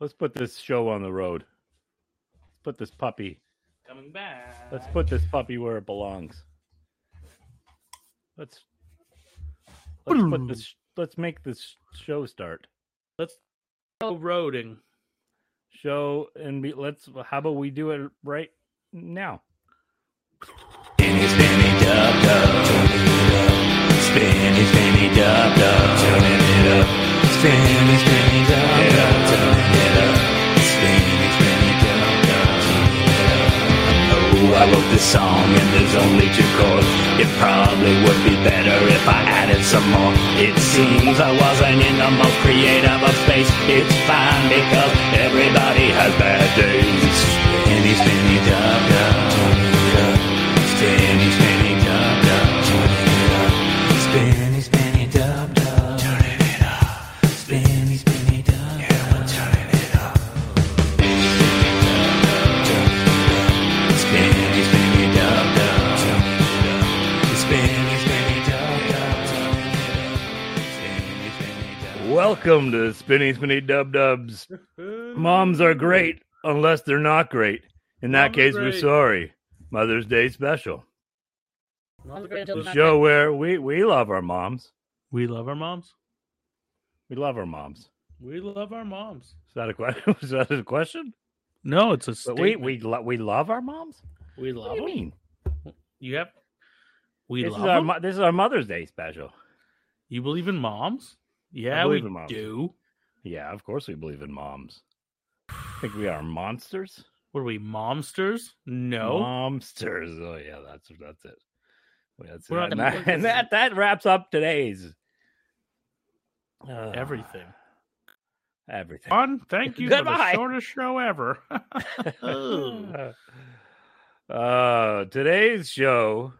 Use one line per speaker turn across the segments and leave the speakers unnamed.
Let's put this show on the road. Let's put this puppy.
Coming back.
Let's put this puppy where it belongs. Let's let's put this. Let's make this show start.
Let's go roading.
Show and be, let's. How about we do it right now?
Spinny, spinny, dub, dub, turning it up. Spinny, spinny, dub, dub, turning it up. Spinny, spinny, dub, dub, turning it up. Spinny, spinny, dub, dub, turning it up. Oh, I wrote this song and there's only two chords. It probably would be better if I added some more. It seems I wasn't in the most creative of space. It's fine because everybody has bad days. Spinny, spinny, dub, dub, turning it up. Spinny, spinny, dub, dub, turning it up. Spinny, spinny, dub, dub, turning it up. Spinny, spinny, dub, dub, turning it up. Spinny, spinny, dub, dub, turning it up. Spinny, spinny, dub, dub, turning it up. Spinny, spinny, dub, dub.
Welcome to Spinny Spinny Dub Dubs. Moms are great unless they're not great. In that
Moms are
case, we're
great.
sorry. Mother's Day special.
Moms are
great
great.
The show where we, we love our moms.
We love our moms.
We love our moms. Is
We love our moms.
that a question? Is that a question?
No, it's a
But
statement.
we we lo- we love our moms.
we
What do
love
you
them.
mean?
You have we
This is
love
our
'em?
mo- this is our Mother's Day special.
You believe in moms? Yeah, we
believe in moms.
do.
Yeah, of course we believe in moms. Think we are monsters?
Were we momsters? No.
Momsters. Oh yeah, that's that's it. Well, That's
We're
it.
not
And,
the
that, and that that wraps up today's uh,
Everything.
Everything.
Fun. Thank you for the
Goodbye.
shortest show ever.
uh, today's show.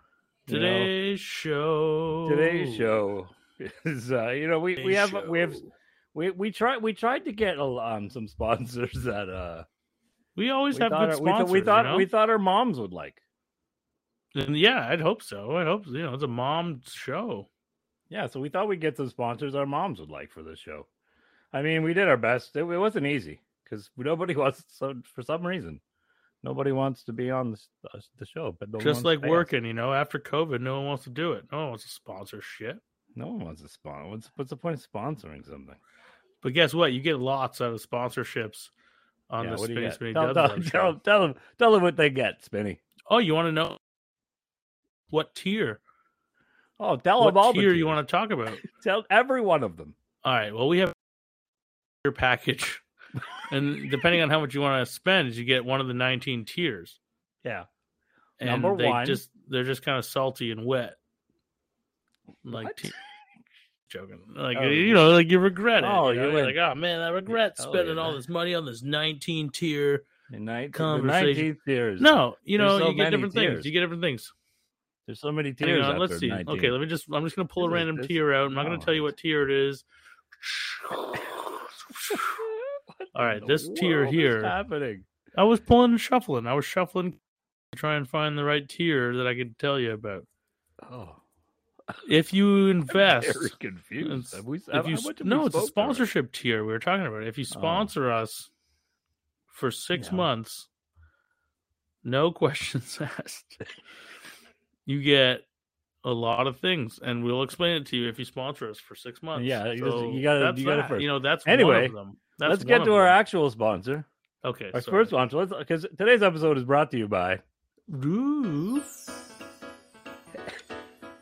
you know,
Today's show.
today's show is uh, you know we, we
Today's
have we have
show.
we we tried we tried to get a l- um some sponsors that uh
We always
we
have
thought,
good
our- we thought
sponsors.
we thought,
you know?
we thought our moms would like.
And yeah, I'd hope so. I hope you know it's a mom show.
Yeah, so we thought we'd get some sponsors our moms would like for this show. I mean, we did our best. It, it wasn't easy because nobody wants so for some reason nobody wants to be on the, s- the show. But no one
Just
wants
like
to pay us.
working, you know, after COVID, no one wants to do it. No one wants to sponsor shit.
no one wants to sponsor. What's, what's the point of sponsoring something?
But guess what? You get lots out of sponsorships on
Yeah,
the
what do you
Spinny
get?
Spinny
tell,
Dub
tell,
Dub show.
tell, tell them tell them what they get, Spinny.
Oh, you want to know what tier?
Oh, tell
What
them all the
tier you
tiers.
want to talk about?
tell every one of them.
All right. Well, we have your package, and depending on how much you want to spend, you get one of the nineteen tiers.
Yeah,
And
Number
they
one.
just they're just kind of salty and wet. Like
What?
t- joking, like
Oh,
you
you-
know, like you regret it.
Oh,
you know?
you
You're
went-
like, oh man, I regret
Oh,
spending
yeah.
all this money on this nineteen tier.
the nineteenth
Conversation.
tiers.
No, you
There's
know,
so
you get
many
different
tiers.
things. You get different things.
there's so many
Hang
tiers.
on, let's
after
see.
19.
Okay, let me just. I'm just gonna pull
This
a
is-
random
this- Oh.
tier out. I'm not gonna tell you
no.
what tier it is. All right,
The
this tier
world is
here.
happening.
I was pulling and shuffling. I was shuffling to try and find the right tier that I could tell you about.
Oh,
If you invest,
very confused.
It's-
Have we, have,
if you
how much have
no,
we
it's a
spoke already?
sponsorship tier we were talking about. If you sponsor us for six
Yeah.
months, no questions asked, you get a lot of things, and we'll explain it to you if you sponsor us for six months.
Yeah, you just-
So
you gotta-
that's
you gotta
that.
first.
You know, that's
Anyway,
One of them. That's
Let's
one
get
of
to our
them.
actual sponsor.
okay.
Our
sorry.
first sponsor, let's because today's episode is brought to you by
Ooh.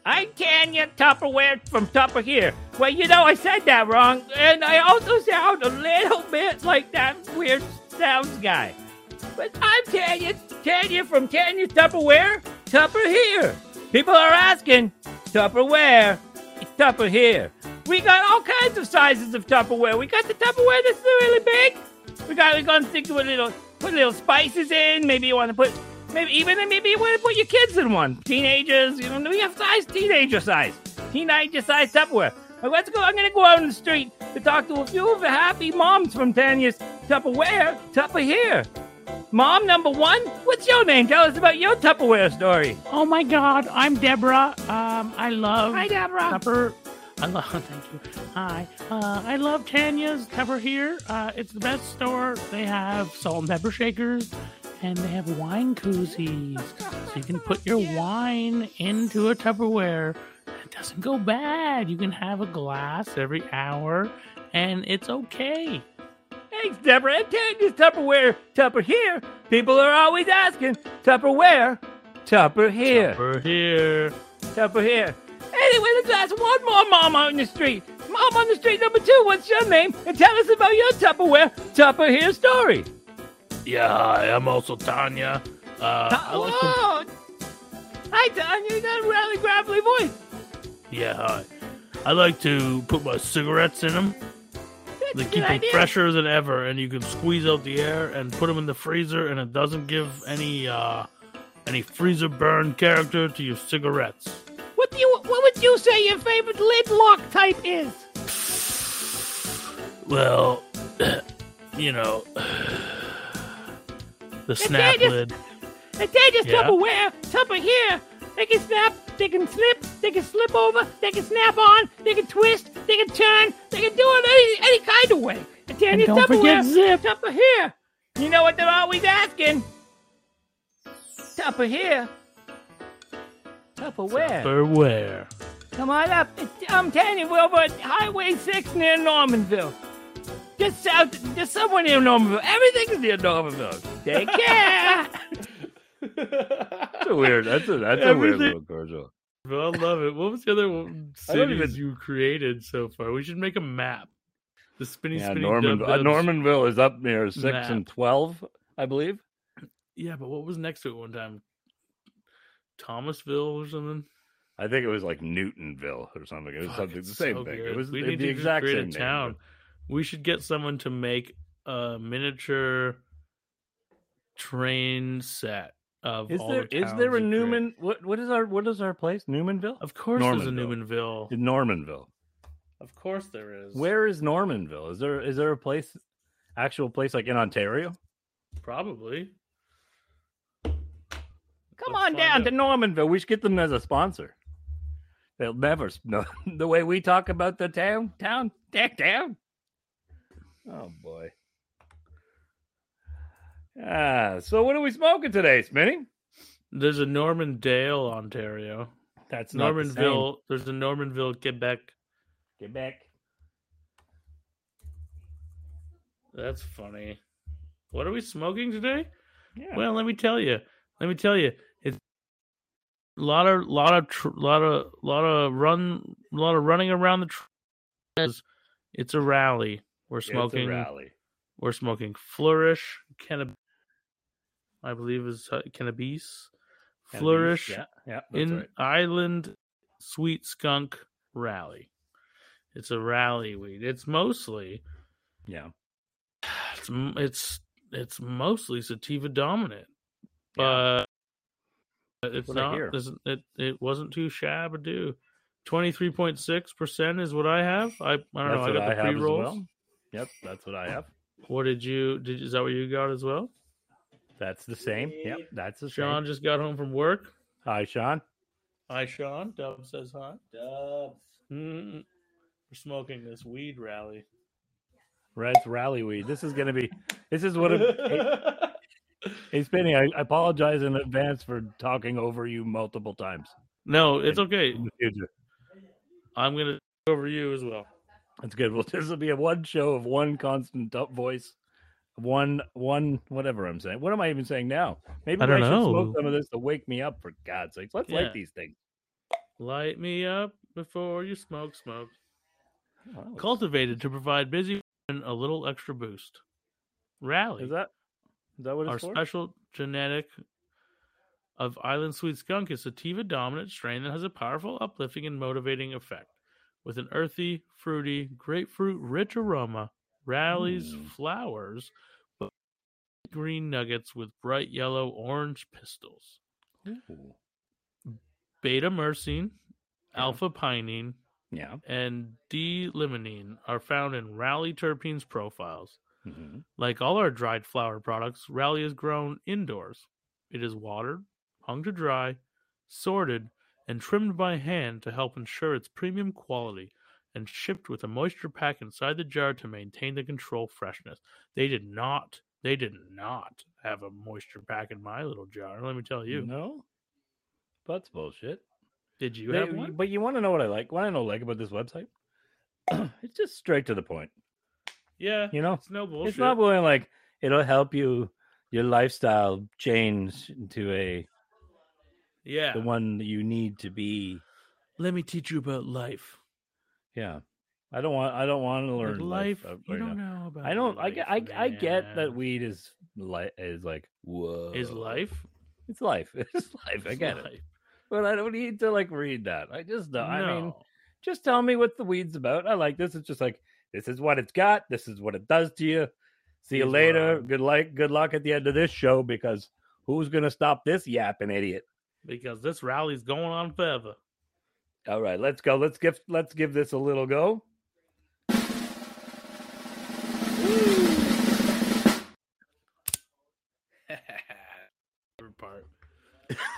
I can get Tupperware from Tupper here. Well, you know, I said that wrong, and I also sound a little bit like that weird sounds guy. But I'm Tanya, Tanya from Tanya Tupperware, Tupper here. People are asking, Tupperware, Tupper here. We got all kinds of sizes of Tupperware. We got the Tupperware that's really big. We got we're gonna stick with little put little spices in. Maybe you want to put maybe even maybe you want to put your kids in one. Teenagers, you know, we have size teenager size, teenager size Tupperware. But let's go. I'm gonna go out in the street to talk to a few of the happy moms from Tanya's Tupperware Tupper here. Mom number one, what's your name? Tell us about your Tupperware story.
Oh my God, I'm Deborah. Um, I love
Hi, Deborah.
Tupper.
I love. Thank you. Hi. Uh, I love Tanya's Pepper here. Uh, it's the best store. They have salt and pepper shakers, and they have wine koozies, so you can put your wine into a Tupperware. It doesn't go bad. You can have a glass every hour, and it's okay.
Thanks, Deborah. And Tanya's Tupperware, Tupper here. People are always asking, Tupperware, Tupper here.
We're here.
Tupper here. Anyway, let's ask one more mom out in the street. Mom on the street number two, what's your name? And tell us about your Tupperware, Tupper here story.
Yeah, hi, I'm also Tanya. Uh, I like to-
oh, hi, Tanya. You got a really gravelly voice.
yeah, hi. I like to put my cigarettes in them.
That's
They
a
keep
good
them
idea.
fresher than ever, and you can squeeze out the air and put them in the freezer, and it doesn't give any uh, any freezer burn character to your cigarettes.
What do you? What would you say your favorite lid lock type is?
Well, you know, the snap
dangerous.
lid.
And they just
Yeah.
Tupperware, Tupper here. They can snap, they can slip, they can slip over, they can snap on, they can twist, they can turn, they can do it any, any kind of way. And
And
Tanya's
don't
Tupperware,
forget zip.
Tupper here. You know what they're always asking? Tupper here. Tupperware.
Tupperware.
Come on up. It's, I'm telling you, we're over at Highway 6 near Normanville. Just south, just somewhere near Normanville. Everything's near Normanville. Take care.
That's a weird. That's a that's a weird
Everything-
little commercial.
Well, I love it. What was the other one
I don't
cities
even-
you created so far? We should make a map. The spinny,
Yeah,
spinny,
Norman,
dub
uh,
dubs.
Normanville is up near six
Map.
and twelve, I believe.
Yeah, but what was next to it one time? Thomasville or something.
I think it was like Newtonville or something. It was
Fuck,
something the
it's
same
so
thing. It
good.
was
We
the,
need
the
to just
exact
create a
same name,
town. We should get someone to make a miniature train set of
but- Is
all
there
the
is
towns
there a
you create.
Newman? What what is our what is our place? Newmanville?
Of course, there's a
In
Newmanville.
Normanville.
Of course, there is.
Where is Normanville? Is there is there a place, actual place like in Ontario?
Probably.
Come
Let's
on
find
down
out.
to
to Normanville. We should get them as a sponsor. They'll never s- know the way we talk about the town, town, deck town. Oh boy. Ah, so what are we smoking today, Smitty?
There's a Normandale, Ontario.
That's not the same.
Normanville. There's a Normanville, Quebec.
Get back.
That's funny. What are we smoking today?
Yeah.
Well, let me tell you. Let me tell you. It's a lot of lot of tr- lot of lot of run lot of running around the. Tr- it's- it's a rally. We're
It's a
smoking.
rally.
We're smoking flourish cannab. I believe is uh, cannabis.
Cannabis,
Flourish
Yeah, yeah that's
in
right.
Island Sweet Skunk Rally. It's a rally weed. It's mostly
Yeah.
it's m- it's it's mostly sativa dominant,
Yeah.
but it's
what I
not.
hear.
doesn't- It it wasn't too shabadoo. Twenty three point six percent is what I have. I I don't know. I
what
got the
have
pre
as
rolls.
well. Yep, that's what I have.
What did you did? Is that what you got as well?
That's the same. Yep, that's the
Sean
same.
just got home from work.
Hi, Sean.
Hi, Sean. Dub says hi. Dub. mm We're smoking this weed rally.
Red's rally weed. This is gonna be. This is what. A, Hey, Spinny, I I apologize in advance for talking over you multiple times.
no, it's okay.
In the future.
I'm gonna go over you as well.
That's good. Well, this will be a one show of one constant up voice, one one whatever I'm saying. What am I even saying now? Maybe
I don't
should
know.
smoke some of this to wake me up. For God's sakes, let's
Yeah.
like these things.
Light me up before you smoke. Smoke.
Oh,
cultivated to provide busy women a little extra boost. Rally,
is that is that what
our
it's for?
special genetic of Island Sweet Skunk, is sativa dominant strain that has a powerful, uplifting, and motivating effect. With an earthy, fruity, grapefruit rich aroma, rallies
Hmm.
flowers, but green nuggets with bright yellow orange pistils.
Ooh.
Beta myrcene,
Yeah.
alpha pinene,
Yeah.
and D-limonene are found in rally terpenes profiles.
Mhm.
Like all our dried flower products, Rally is grown indoors. It is watered, hung to dry, sorted, and trimmed by hand to help ensure its premium quality. and shipped with a moisture pack inside the jar to maintain the control freshness. They did not. They did not have a moisture pack in my little jar. Let me tell you.
No, that's bullshit.
Did you
They-
have one?
But you want to know what I like? What I don't like about this website? it's just straight to the point.
Yeah.
You know,
It's no bullshit.
it's not going like it'll help you your lifestyle change into a
yeah.
the one that you need to be.
Let me teach you about life.
Yeah, I don't want. I don't want to
Like
learn
life,
uh,
you
right
don't
now.
know about.
I don't. I
life,
get. I, I get that
man.
weed is li- is like whoa.
is life.
It's life. It's life. I
It's
get it.
life.
But I don't need to like read that. I just know. I mean,
No.
just tell me what the weed's about. I like this. It's just like this is what it's got. This is what it does to you. See you
Here's what
later.
I'm-
Good luck. Good luck at the end of this show because who's gonna stop this yapping idiot?
because this rally's going on forever.
All right, let's go. Let's give let's give this a little go.
Favorite part.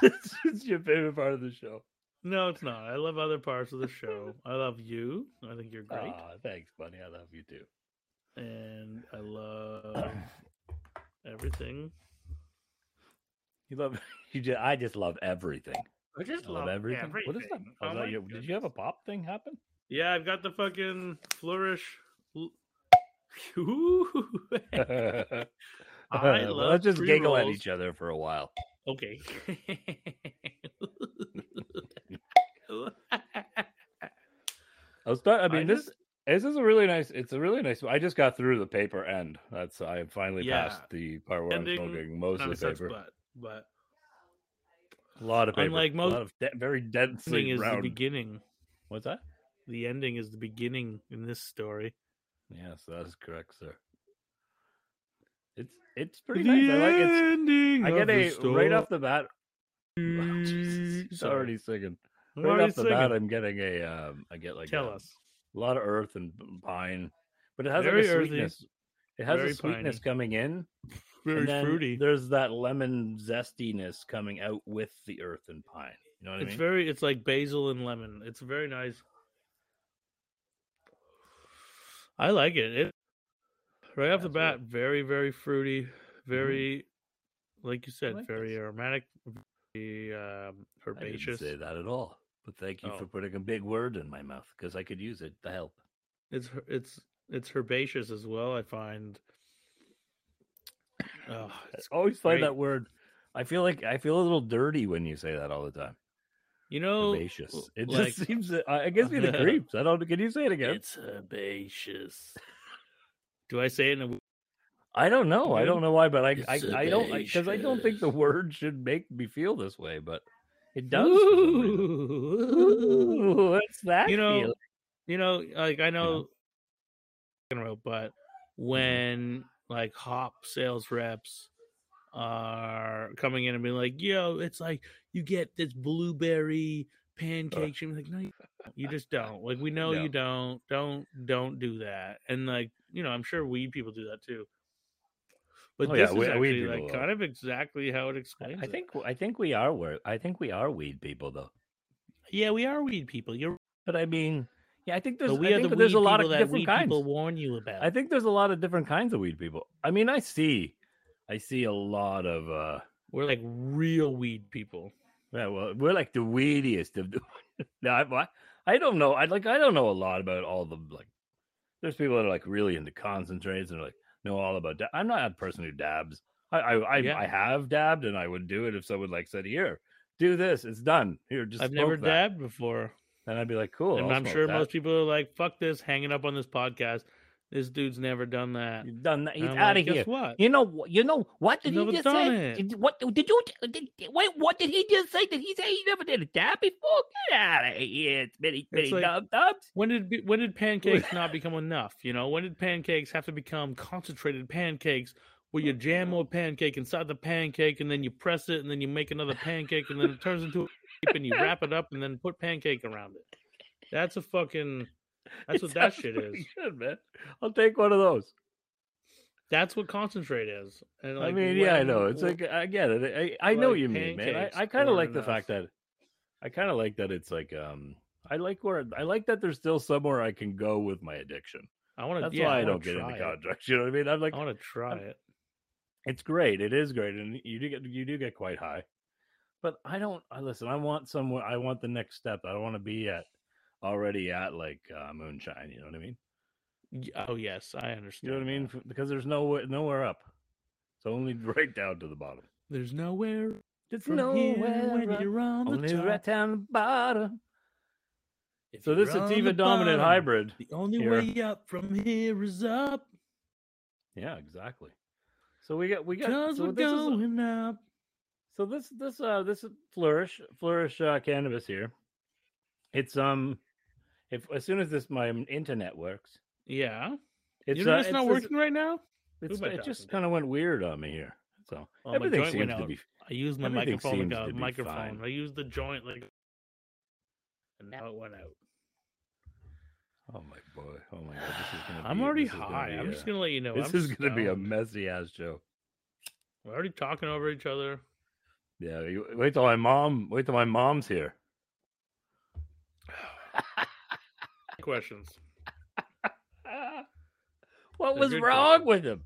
this is your favorite part of the show.
No, it's not. I love other parts of the show. I love you. I think you're great,
Aw, thanks, buddy. I love you too.
and I love everything.
You love you. Just, I just love everything.
I just
I love everything. What is that?
Oh
Was that
my
your- did you have a
goodness.
pop thing happen?
Yeah, I've got the fucking flourish. l- Ooh. I
Well,
love
Let's just giggle at
pre-rolls.
each other for a while.
Okay.
I'll start. I mean, this
just-
this is a really nice. It's a really nice. I just got through the paper end. That's I finally
Yeah.
passed the part where
Ending
I'm smoking most
Not
of
a
the
such
paper.
butt, but
A lot of paper.
Unlike
a
most-
lot of de- very
ending
densely
is
round.
the beginning.
What's that?
The ending is the beginning in this story.
Yes, that is correct, sir. It's it's pretty nice. I like it.
ending.
I get a right off the bat. Wow, Jesus,
Jesus,
he's already singing.
I'm
Right
already
off the bat,
singing.
I'm getting a. Um, I get like
Tell
a,
us.
a lot of earth and p- pine, but it has
Very
like a
earthy,
sweetness. It has
very
a sweetness
piney.
coming in.
Very
and then
fruity.
There's that lemon zestiness coming out with the earth and pine. You know what I
It's
mean?
very. It's like basil and lemon. It's very nice. I like it. It right off the
That's
bat,
good.
very very fruity, very like you said,
Mm-hmm. like
very
this.
aromatic, very um,
I didn't
herbaceous.
say that at all. But thank you
Oh.
for putting a big word in my mouth because I could use it to help.
It's her- it's it's herbaceous as well. I find. Oh, it's
I always find
great.
that word. I feel like I feel a little dirty when you say that all the time.
you know,
Herbaceous.
l-
It
like,
just seems. I it gives me the creeps. I don't. Can you say it again?
It's herbaceous. Do I say it in a
I don't know. I
Dude,
don't know why, but I I,
it's
I don't because I, don't think the
audacious.
word should make me feel this way, but it does. for some reason.
Ooh.
Ooh, what's that?
You know,
feeling?
you know, like I know, you know, but
Mm-hmm.
when like hop sales reps are coming in and being like, "Yo, it's like you get this blueberry pancake," she's like, "No, you, don't. You just don't." Like we know
No.
you don't, don't, don't do that. And like you know, I'm sure weed people do that too. But
Oh, yeah,
this
we-
is
weed
actually
people
like
will.
kind of exactly how it explains.
I
it.
think I think we are where I think we are weed people though.
yeah, we are weed people. You're
But I mean, yeah, I think there's
but we
I
are
think
the
there's
weed
a lot of
people that
different
weed
kinds.
people warn you about.
I think there's a lot of different kinds of weed people. I mean, I see, I see a lot of. uh
We're like real weed people.
Yeah, well, we're like the weediest of the. no, I, I don't know. I like I don't know a lot about all the like. There's people that are like really into concentrates and like know all about. Da- I'm not a person who dabs. I I I,
Yeah.
I have dabbed and I would do it if someone like said here. Do this. It's done. Here, just.
I've never
smoke that."
dabbed before,
and I'd be like, cool.
and
I'll
I'm
smoke
sure
that.
most people are like, "Fuck this, hanging up on this podcast." This dude's never done that.
You've done that.
And
He's
I'm
out
like,
of
guess
here.
What?
You know, wh- you know what did
Never
he just
done
say?
it.
Did, what did you? Did, wait, what did he just say? Did he say he never did a dab before? Get out of here! It's many, many
like-
dub dubs.
When did be- when did pancakes not become enough? You know, when did pancakes have to become concentrated pancakes? Where you jam more pancake inside the pancake, and then you press it, and then you make another pancake, and then it turns into a shape, and you wrap it up, and then put pancake around it. That's a fucking.
It
That's what that
sounds
shit
pretty
is.
Good man. I'll take one of those.
That's what concentrate is. And like,
I mean, yeah, I
when-
know. It's like I get it. I, I know
like
what you mean, man.
pancakes
I, I kind of
weren't
like the
enough.
fact that I kind of like that it's like um I like where I like that there's still somewhere I can go with my addiction.
I want to.
That's
yeah,
why I
wanna
don't get
try
into
it.
contracts. You know what I mean? I'm like,
I want to try it.
it's great. It is great, and you do get you do get quite high. But I don't. I listen. I want somewhere. I want the next step. I don't want to be at already at like uh, moonshine. You know what I mean?
Y- Oh yes, I understand.
You know what I mean?
that.
F- Because there's nowhere nowhere up. It's only right down to the bottom.
There's nowhere
It's
from here when you're on the
only
top.
right down the bottom.
If
So this
you're on the
sativa dominant
bottom,
hybrid.
The only
here-
way up from here is up,
Yeah, exactly. So we got we got
because
so
we're
this is-
going up.
so this this uh this is flourish flourish uh, cannabis here it's um if as soon as this my internet works
Yeah,
it's
you know
uh,
it's not
this-
working right now.
it's,
Who am I
it just
talking to?
kind of went weird on me here so
Oh, my
everything
joint
seems
went
to
out.
be
I used my
Everything
microphone
seems
like
to
a
be
microphone.
fine.
I used the joint like, and now it went out.
oh my boy oh my god this is gonna
I'm
be-
already
this is gonna
high.
be
I'm
a-
just gonna let you know.
this
I'm
is gonna be a
stoned.
messy ass show
We're already talking over each other.
yeah you, wait till my mom wait till my mom's here
Questions.
Ah, what
They're
was
good
wrong
questions.
with him?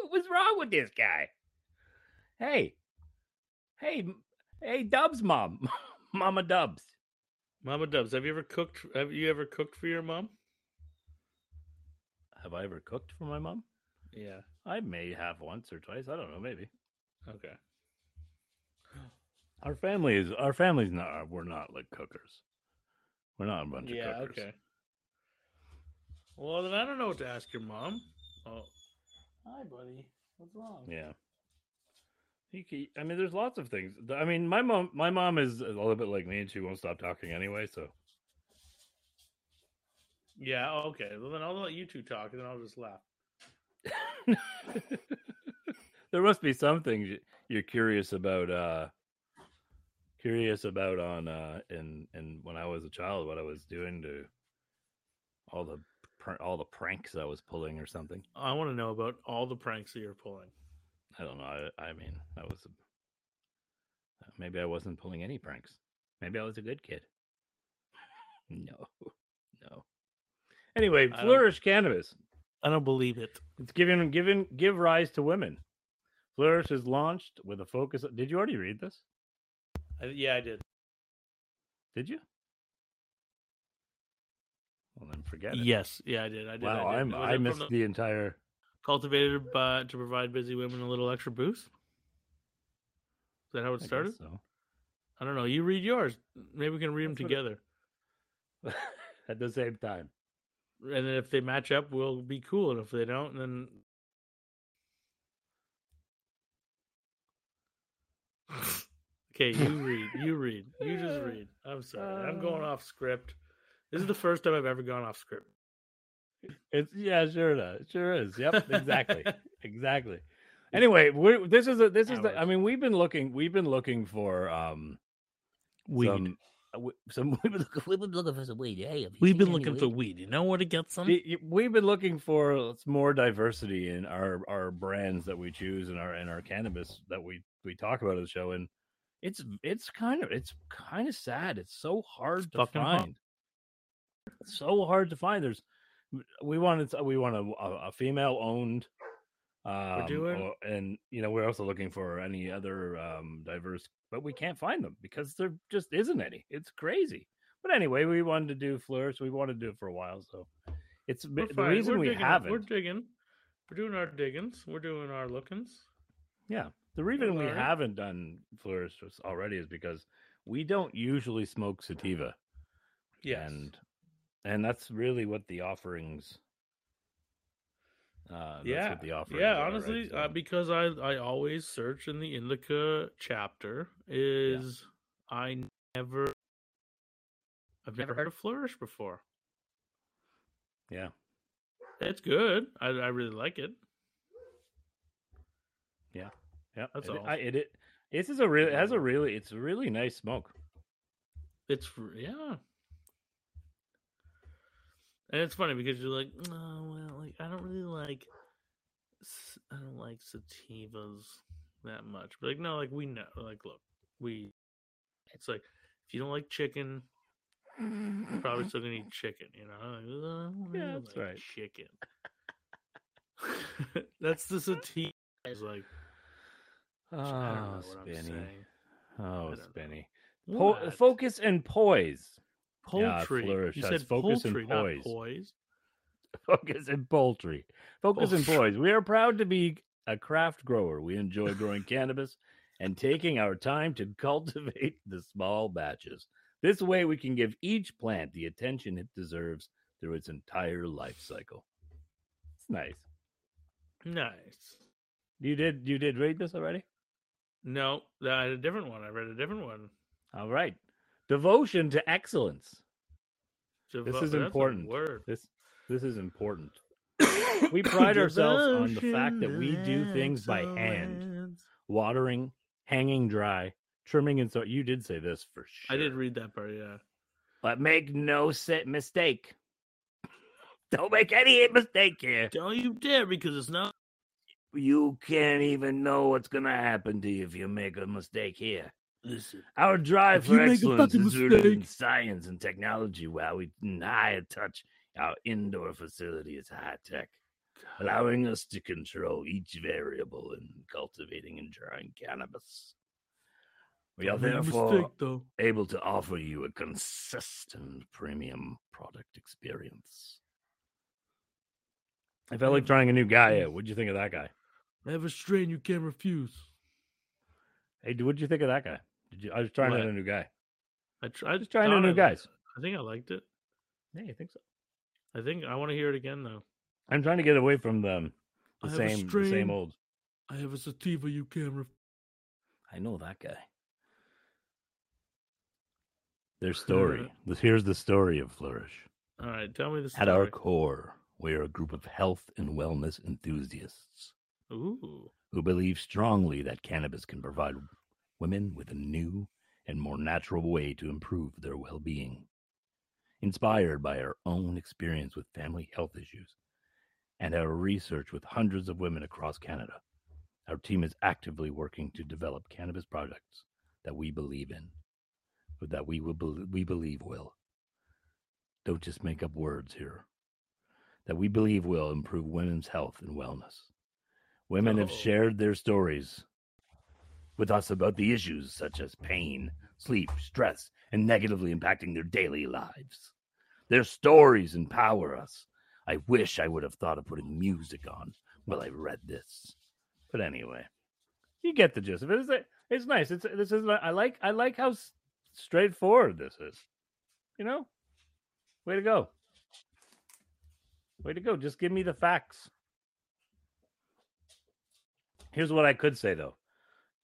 What was wrong with this guy? Hey, hey, m- hey, Dubs' mom, Mama Dubs.
Mama Dubs, have you ever cooked? Have you ever cooked for your mom?
Have I ever cooked for my mom?
Yeah.
I may have once or twice. I don't know. Maybe
Okay.
our family is our family's not. our- We're not like cookers. We're not a bunch
yeah.
of cookers.
Okay. Well, then I don't know what to ask your mom. Oh. Hi, buddy. What's wrong?
Yeah. You can, I mean, there's lots of things. Th- I mean, my mom, my mom is a little bit like me, and she won't stop talking anyway. So
Yeah. Okay. Well, then I'll let you two talk, and then I'll just laugh.
there must be some things y- you're curious about uh curious about on uh in in when i was a child what i was doing to all the pr- all the pranks i was pulling or something
I want to know about all the pranks that you're pulling.
i don't know i, I mean i was a- maybe i wasn't pulling any pranks maybe i was a good kid no no anyway
I don't-
flourish cannabis
I don't believe it.
It's given given give rise to women. Flourish is launched with a focus. Did you already read this?
I, yeah, I did.
Did you? Well, then forget it.
Yes. Yeah, I did. I did.
Wow,
I, did.
I'm, I
Was it from
missed the entire.
cultivated by to provide busy women a little extra boost. Is that how
I
it
guess
started?
So
I don't know. You read yours. Maybe we can read them
That's what it-
together,
at the same time,
and then if they match up, we'll be cool. And if they don't, then okay. You read. You read. You just read. I'm sorry. I'm going off script. This is the first time I've ever gone off script.
it's yeah, sure does, sure is. Yep, exactly, exactly. Anyway, we're, this is a this is the. I
Hours.
mean, we've been looking we've been looking for um
Weed.
some uh, w- some we've been looking-
We've been looking for some weed. Hey, have you
We've been
seen any
looking for weed. You know where to get some?
Y- y- We've been looking for uh, s- more diversity in our our brands that we choose and our and our cannabis that we we talk about on the show, and it's it's kind of it's kind of sad. It's so hard to
fucking hard.
find. It's so hard to find. There's we wanted to- we want a, a, a female owned. Um,
doing-
or- and you know we're also looking for any other um diverse, but we can't find them because there just isn't any. It's crazy. But anyway, we wanted to do flourish. We wanted to do it for a while, so it's
We're
the
fine.
reason
We're
we
digging it.
haven't.
We're digging. We're doing our diggings. We're doing our lookings.
Yeah, the reason we
Alright.
haven't done flourish is- already is because we don't usually smoke sativa, and and that's really what the offerings. Uh, that's
yeah.
what the offerings.
yeah.
are, right?
Honestly,
So-
uh, because I I always search in the indica chapter is I never I've never heard of flourish before.
yeah,
It's good. I I really like it.
yeah,
that's
it,
all.
I, it, it this is a really it has a really it's a really nice smoke.
It's fr- yeah. And it's funny because you're like, oh well, like I don't really like, s- I don't like sativas that much. But like, no, like we know, like look, we, it's like if you don't like chicken, Probably still gonna eat chicken, you know? Like, "Uh, I
Mm-hmm. Yeah,
don't
that's
like
right.
Chicken. that's the sativa. It's like, I don't know
Oh,
what I'm
Spinny.
saying.
Oh,
I don't
Spinny.
know.
Po-
What?
focus and poise. Yeah,
poultry.
flourish.
you
That's
said
focus and
poultry, not
poise.
poise.
Focus and poultry. Focus and
Poultry.
poise. We are proud to be a craft grower. We enjoy growing cannabis and taking our time to cultivate the small batches. This way, we can give each plant the attention it deserves through its entire life cycle. It's nice.
Nice.
You did. You did read this already.
No, that- I had a different one. I read a different one.
All right. Devotion to excellence.
Devo-
is
that's a
important.
Word.
This this is important. We pride ourselves on the fact that
Devotion
we do
to
things by hand,
excellence.
watering, hanging dry, trimming and so you did say this for sure.
I did read that part. Yeah.
But make no set mistake. Don't make any mistake here.
Don't you dare, because it's not.
You can't even know what's gonna happen to you if you make a mistake here.
Listen,
Our drive
If
for
you make a
excellence
fucking
is rooted in
mistake-
science and technology, while we deny a touch our indoor facility is high tech, allowing us to control each variable in cultivating and drying cannabis. We are
don't make a
therefore
mistake, though.
able to offer you a consistent premium product experience. I felt like trying a new guy out. What'd you think of that guy?
Have a strain you can't refuse.
Hey, what'd you think of that guy? Did you, I was trying
What?
out a new guy.
I tried.
Just trying out new guys.
I think I liked it.
Yeah, you think so?
I think I want to hear it again though.
I'm trying to get away from the,
I
the
have a
same the same
strain.
old.
I have a sativa you can't refuse.
I know that guy. Their story. This- Here's the story of Flourish.
All right, tell me the story.
At our core, we are a group of health and wellness enthusiasts
Ooh,
who believe strongly that cannabis can provide women with a new and more natural way to improve their well being. Inspired by our own experience with family health issues and our research with hundreds of women across Canada, our team is actively working to develop cannabis products that we believe in, or that we, will bel we believe will. Don't just make up words here. That we believe will improve women's health and wellness. Women have
Oh.
shared their stories with us about the issues such as pain, sleep, stress, and negatively impacting their daily lives. Their stories empower us. I wish I would have thought of putting music on while I read this. But anyway, you get the gist of it. It's, it's nice. It's this is I like I like how s- straightforward this is. You know, way to go. Way to go. Just give me the facts. Here's what I could say though.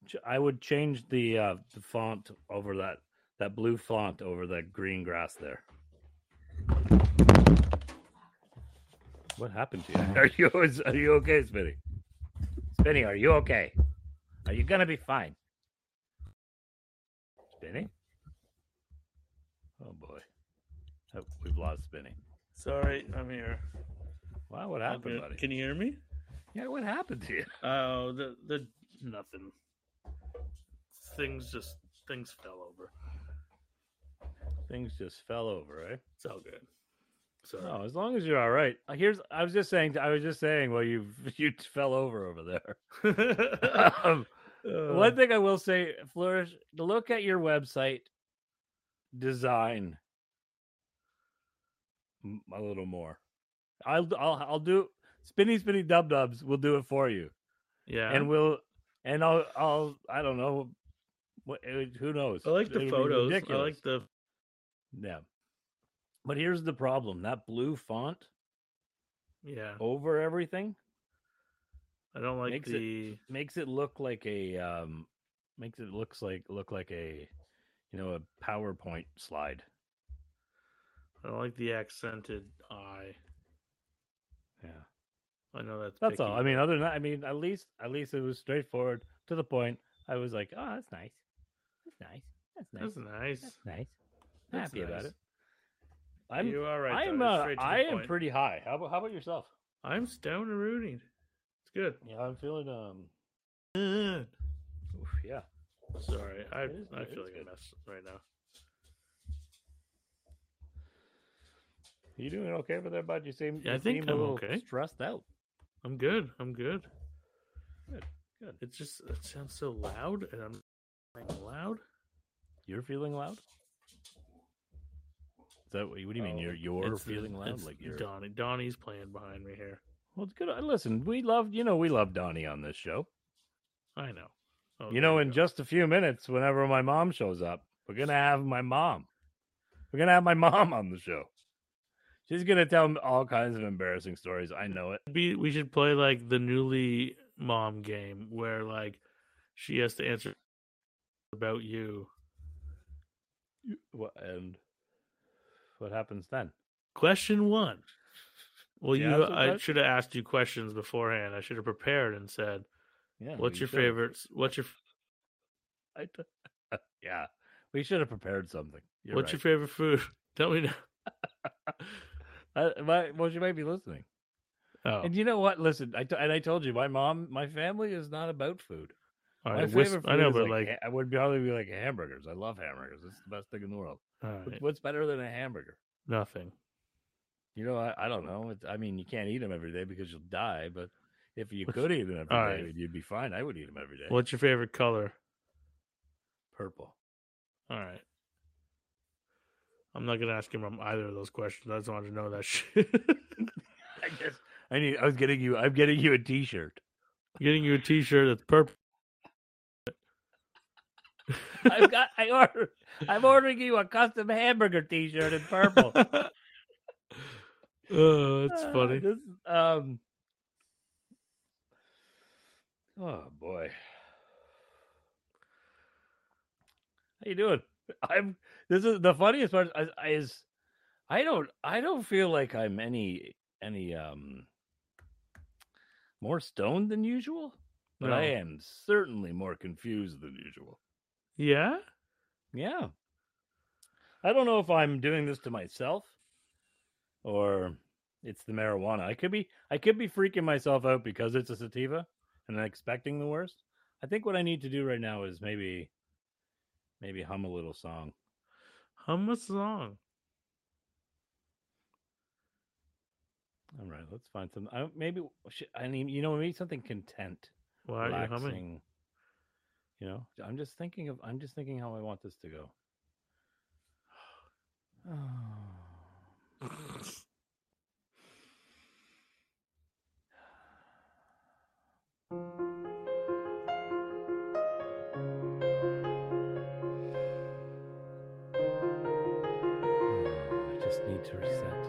Ch- I would change the uh, the font over that that blue font over that green grass there. What happened to you? Are you are you okay, Spinny? Spinny, are you okay? Are you gonna be fine? Spinny? Oh boy. Oh, We've lost Spinny.
sorry, I'm here.
Wow, what happened, buddy?
Can you hear me?
Yeah, what happened to you?
Oh, the the nothing. Things just things fell over.
Things just fell over, eh?
It's all good. So
No, Oh, as long as you're all right. Uh, Here's I was just saying I was just saying, well you you fell over over there. Um,
uh,
One thing I will say, Flourish, look at your website design m- a little more. I'll I'll I'll do spinny spinny dub dubs. We'll do it for you,
yeah,
and we'll and I'll I'll I don't know. What, it- who knows?
I like
It'll
the
be
photos. I
ridiculous.
like the
yeah. But here's the problem: that blue font
yeah.
over everything
I don't like
makes it-
the
makes it look like a um makes it looks like look like a you know a PowerPoint slide.
I don't like the accented I.
Yeah.
I know that's
That's
picky,
all. I mean, other than that, I mean, at least at least it was straightforward to the point. I was like, oh, that's nice. That's nice. That's
but
nice.
that's nice.
That's nice. I'm
That's
happy about
nice.
it. I'm
you are right.
I'm
though. You're
uh,
straight to the
I am
point.
pretty high. How about how about yourself?
I'm stoned and rooting. It's good.
Yeah, I'm feeling um
Good.
oof, yeah.
Sorry, I
It is
I
good, it's
feel like a
good.
mess right now.
You doing okay over there, bud? You seem,
Yeah, I
you
think
seem a
I'm
little
okay.
stressed out.
I'm good. I'm good.
Good, good.
It's just it sounds so loud, and I'm I'm loud.
You're feeling loud. Is that what, you- what do you mean?
Oh,
You're you're
It's the-
feeling loud
it's
like you're.
Donnie. Donnie's playing behind me here.
Well, it's good. Listen, we love you know we love Donnie on this show.
I know. Oh,
you
there
know, in
go.
just a few minutes, whenever my mom shows up, we're gonna have my mom. We're gonna have my mom on the show. She's gonna tell me all kinds of embarrassing stories. I know it.
be we should play like the newly mom game where like she has to answer about you
Wha- And what happens then?
question one well
Yeah,
you
that's what
i
that-
should have asked you questions beforehand i should have prepared and said
Yeah.
what's
we
your
should have-
favorite what's your
I t- yeah, we should have prepared something. You're
what's your favorite food tell me now
right. Uh, my- well, she might be listening.
oh
And you know what? Listen, I t- and I told you, my mom, my family is not about food.
all
My
right whis-
favorite food
i know
is
but
like,
like,
ha- I would probably be like hamburgers. I love hamburgers. It's the best thing in the world.
all
What's-
right,
What's better than a hamburger?
nothing
You know, I, I don't know. It's, I mean, you can't eat them every day because you'll die. But if you could eat them every
All
day,
right.
you'd be fine. I would eat them every day.
what's your favorite color
Purple.
all right i'm not gonna ask him on either of those questions i just wanted to know that shit
I guess I need. I was getting you. I'm getting you a T-shirt.
getting you a t-shirt that's purple
I've got. I order. I'm ordering you a custom hamburger T-shirt in purple.
oh that's
Ah,
funny
this is- um. Oh boy. How you doing? I'm. This is the funniest part. Is, is I don't. I don't feel like I'm any any um more stoned than usual, but I
No.
am certainly more confused than usual.
yeah
Yeah. I don't know if I'm doing this to myself or it's the marijuana. I could be I could be freaking myself out because it's a sativa and I'm expecting the worst. I think what I need to do right now is maybe maybe hum a little song.
hum a song
All right, let's find some. I, don't- maybe shit, I need you know maybe something content,
why are you humming
relaxing. You know, I'm just thinking of I'm just thinking how I want this to go. I just need to reset.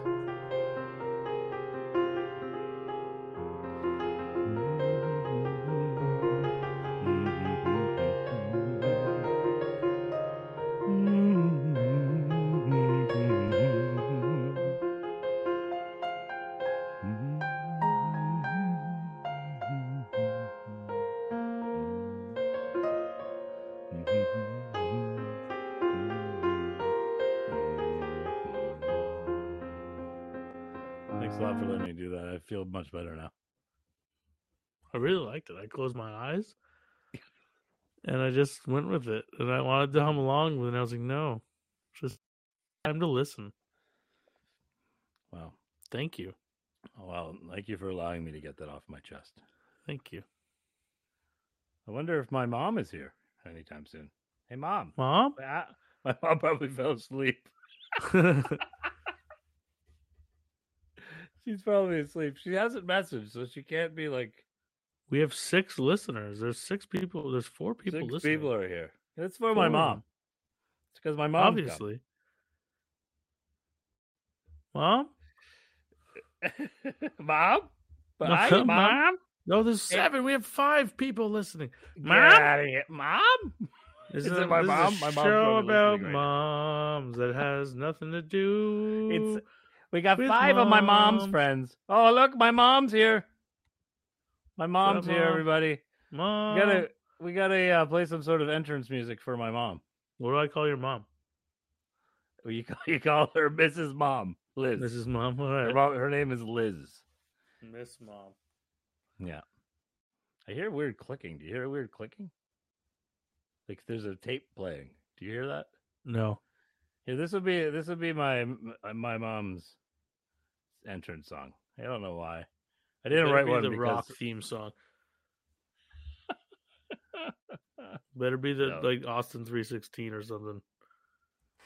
Thanks a lot for letting me do that. I feel much better now.
i really liked it i closed my eyes and i just went with it and i wanted to hum along with it and i was like no it's just time to listen
Wow.
thank you
Oh, wow. Thank you for allowing me to get that off my chest.
thank you
I wonder if my mom is here anytime soon. Hey, mom.
mom
Ah, My mom probably fell asleep. She's probably asleep. She hasn't messaged, so she can't be like
we have six listeners there's six people there's four people
six
listening
people are here. That's for my
Four.
mom. It's because my mom.
obviously mom
mom? But I, mom?
No, there's
Hey.
seven. We have five people listening.
Get
Mom?
outta here. Mom? Is
This is
it
a-
my
this is a
mom? My mom's
show
probably
about
listening right now.
moms that has nothing to do.
We got
With
five of my mom's
moms.
friends. Oh, look, my mom's here. My mom's here,
Mom?
everybody. We
mom.
gotta, we gotta uh, play some sort of entrance music for my mom.
What do I call your mom?
You call, you call her Mrs. Mom, Liz.
This is mom. All
Her
right.
mom, her name is Liz.
Miss mom.
Yeah. I hear weird clicking. Do you hear weird clicking? Like there's a tape playing. Do you hear that?
No.
Yeah, this would be this would be my my uh, mom's entrance song. I don't know why. I didn't write
be
one
the
because
rock theme song. Better be the
No.
like Austin three sixteen or something.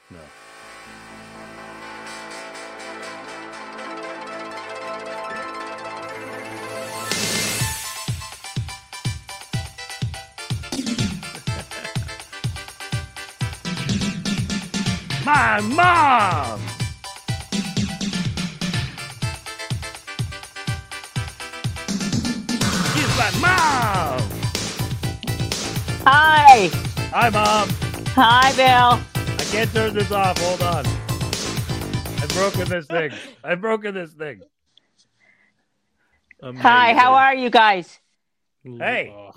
no. My mom. She's my mom.
Hi.
Hi, mom.
Hi, Bill.
I can't turn this off. Hold on. I've broken this thing. I've broken this thing.
Hi, how are you guys?
Hey.
Oh,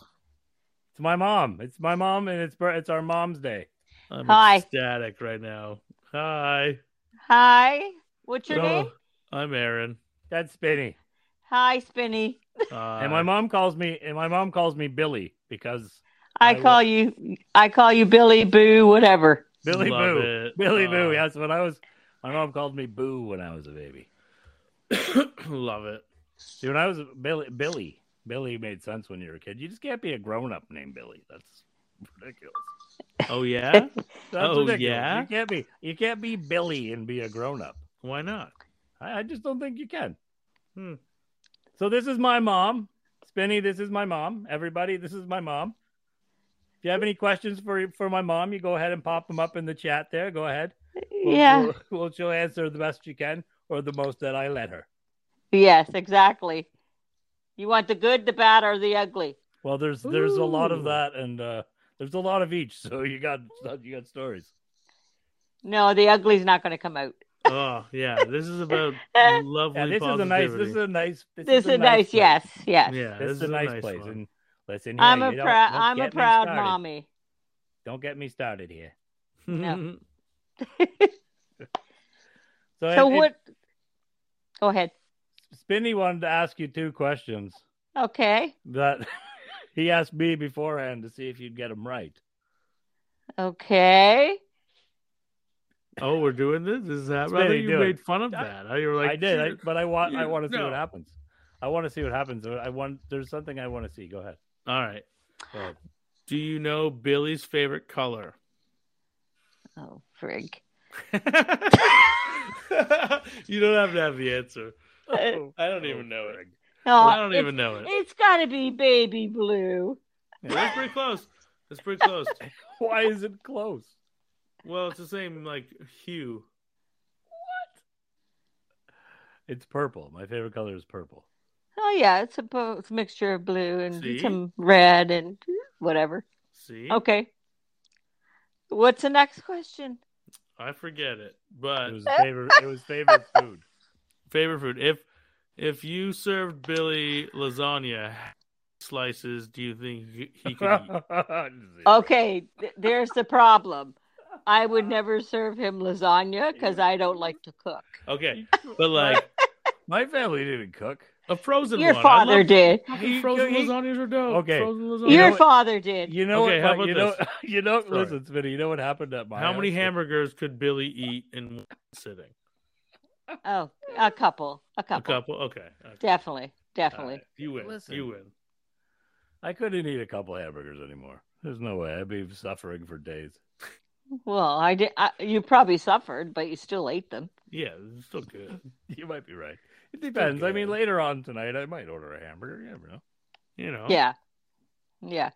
It's my mom. It's my mom, and it's br- it's our mom's day.
I'm
Hi.
ecstatic right now. Hi.
Hi. What's your
Oh,
name?
I'm Aaron.
That's Spinny.
Hi, Spinny.
And my mom calls me. And my mom calls me Billy because
I
Hi,
call you I call you Billy Boo whatever.
Billy
Love
Boo.
it.
Billy Boo.
Uh,
That's when I was. My mom called me Boo when I was a baby.
love it.
See, when I was Billy, Billy, Billy made sense when you were a kid. You just can't be a grown up named Billy. That's ridiculous.
Oh yeah?
That's
Oh,
ridiculous.
yeah?
You can't be. You can't be Billy and be a grown up.
Why not?
I, I just don't think you can.
Hmm.
So this is my mom, Spinny. This is my mom. Everybody, this is my mom. If you have any questions for for my mom, you go ahead and pop them up in the chat. There, go ahead. We'll-
Yeah.
we'll, we'll- she'll answer the best she can or the most that I let her.
Yes, exactly. You want the good, the bad, or the ugly?
Well, there's there's a lot of
Ooh.
that, and uh, there's a lot of each. So you got you got stories.
No, the ugly's not going to come out.
Oh yeah. This is about
Yeah,
lovely.
Yeah, this is a nice. This is
positivity.
a nice. This,
This is nice.
place.
Yes, yes.
yeah.
This, is a nice, place.
one.
And listen,
I'm
here,
a
you
prou-
don't- don't
I'm a
get me
proud
started.
mommy.
Don't get me started here.
No.
So,
So
it- it-
what? Go ahead.
Spinny wanted to ask you two questions
Okay.
that he asked me beforehand to see if you'd get them right.
Okay.
Oh, we're doing this. This is happening. I
Spinny,
thought you
do
made
it.
fun of
I-
that. I, you were like,
I did, I, but I want I
you-
want to see
no.
what happens. I want to see what happens. I want there's something I want to see. Go ahead.
All right.
Go ahead.
Do you know Billy's favorite color?
Oh, frig.
you don't have to have the answer.
Oh,
I don't even know it.
No,
I don't
Uh, it's-
even know it.
It's got to be baby blue.
That's pretty close. That's pretty close.
Why is it close?
Well, it's the same like hue.
It's purple. My favorite color is purple.
Oh yeah, it's a, bo- it's a mixture of blue and
See?
some red and whatever.
See?
Okay. What's the next question?
I forget it. But
It was his favorite. It was favorite food.
favorite food. If if you served Billy lasagna slices, do you think he- he could eat?
Okay, th- there's the problem. I
Uh-huh.
would never serve him lasagna because I don't like to cook.
Okay. But like
My family didn't cook.
a frozen
Your
one. I
father
love
did.
fucking
He-
frozen
he-
lasagnas are dope.
Okay.
Frozen lasagna.
Your
what-
father did.
You know
Okay,
what?
how
but
about
you know.
this?
You know.
Sorry.
Listen, Spinny. You know what happened at my
How many
house?
hamburgers could Billy eat in one sitting?
Oh, a couple, a
A
couple,
couple. Okay. okay.
definitely,
All
definitely.
right. You win.
Listen.
You win.
I couldn't eat a couple hamburgers anymore. There's no way. I'd be suffering for days.
Well, I did. I, you probably suffered, but you still ate them.
Yeah, it's still good.
You might be right. It depends. I mean, later on tonight, I might order a hamburger. You never know.
You know.
Yeah, yeah.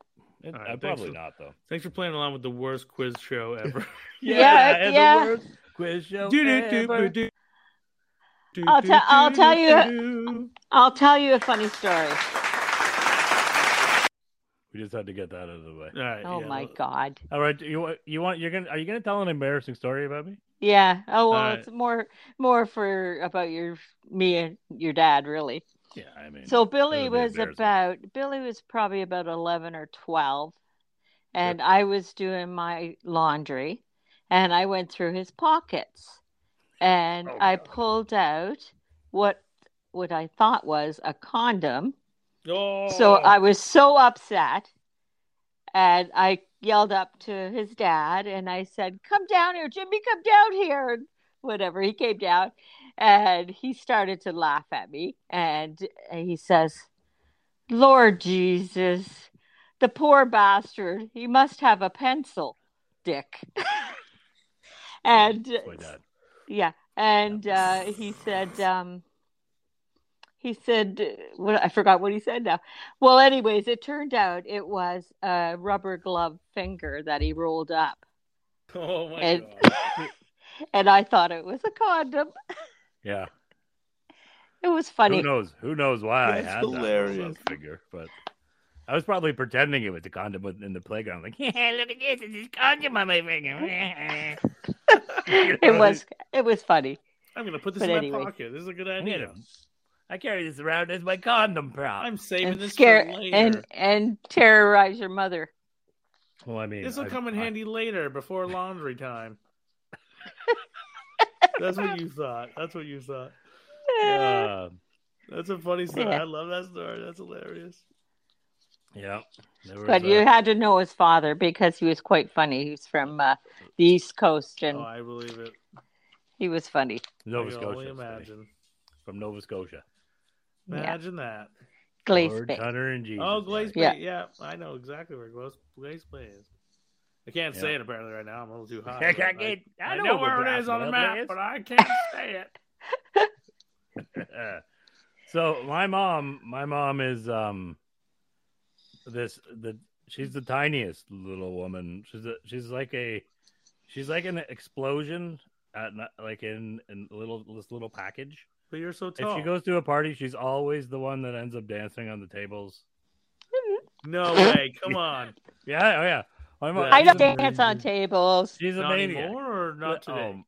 It-
All right,
uh,
thanks
probably
for-
not though.
Thanks for playing along with the worst quiz show ever.
Yeah,
it's
yeah.
the worst quiz show ever.
Do-do-do-do-do.
I'll tell- I'll tell you-
Do-do-do-do-do.
I'll tell you a funny story.
We just had to get that out of the way.
All right.
Oh
yeah,
my
well,
god.
All right, you want- you want you're gonna are you gonna tell an embarrassing story about me?
Yeah. Oh well,
Alright.
it's more more for about your me and your dad really.
Yeah, I mean,
So Billy
would be
was
embarrassing.
about Billy was probably about 11 or 12 and I was doing my laundry and I went through his pockets and
Oh,
I
God.
pulled out what what I thought was a condom.
Oh.
So I was so upset. And I yelled up to his dad and I said, Come down here, Jimmy, come down here. And whatever. He came down And he started to laugh at me. And he says, Lord Jesus, the poor bastard, he must have a pencil, dick. and
That's my dad.
yeah, and uh, he said, um, he said, uh, what I forgot what he said now. Well, anyways, it turned out it was a rubber glove finger that he rolled up,
Oh my
and
god.
and I thought it was a condom.
Yeah.
It was
Who
funny.
knows? Who knows why I
That's
had that
hilarious.
little figure? But I was probably pretending it was the condom with- in the playground. Like, yeah, look at this. It's this condom on my finger.
It was it was funny.
I'm gonna put this
But
in
anyway.
my pocket. This is a good
I need
idea.
him. I carry this around as my condom prop.
I'm saving
And
this
scare
for later.
and and terrorize your mother.
well, I mean,
this will
I-
come in
I-
handy later before laundry time. That's what you thought. That's what you thought.
Eh,
Uh,
That's a funny story. I
Yeah.
love that story. That's hilarious.
yeah. There was uh,
but
a-
you had to know his father because he was quite funny. He's from uh, the East Coast and
Oh, I believe it.
he was funny.
Nova
I can only
Scotia. Imagine.
imagine.
From Nova Scotia.
Yeah,
Imagine that.
Glaze
Lord
Bay.
Hunter and Jesus.
oh, Glaze
Yeah.
Bay. Yeah, I know exactly where Glaze, Glaze Bay is. I can't say
Yeah.
it apparently right now. I'm a little too high.
I,
but I,
can't- I
I know where it
Glass
is on the
Bay
map,
is.
but I can't say it.
so my mom, my mom is um this the she's the tiniest little woman. She's a, she's like a she's like an explosion at ni- like in in a little this little package.
But you're so
If
tall.
she goes to a party, she's always the one that ends up dancing on the tables.
no way. Come on.
Yeah, oh yeah. My mom,
I
she's
don't
a-
dance on tables.
She's a
Not
maniac.
anymore or not
Oh,
today?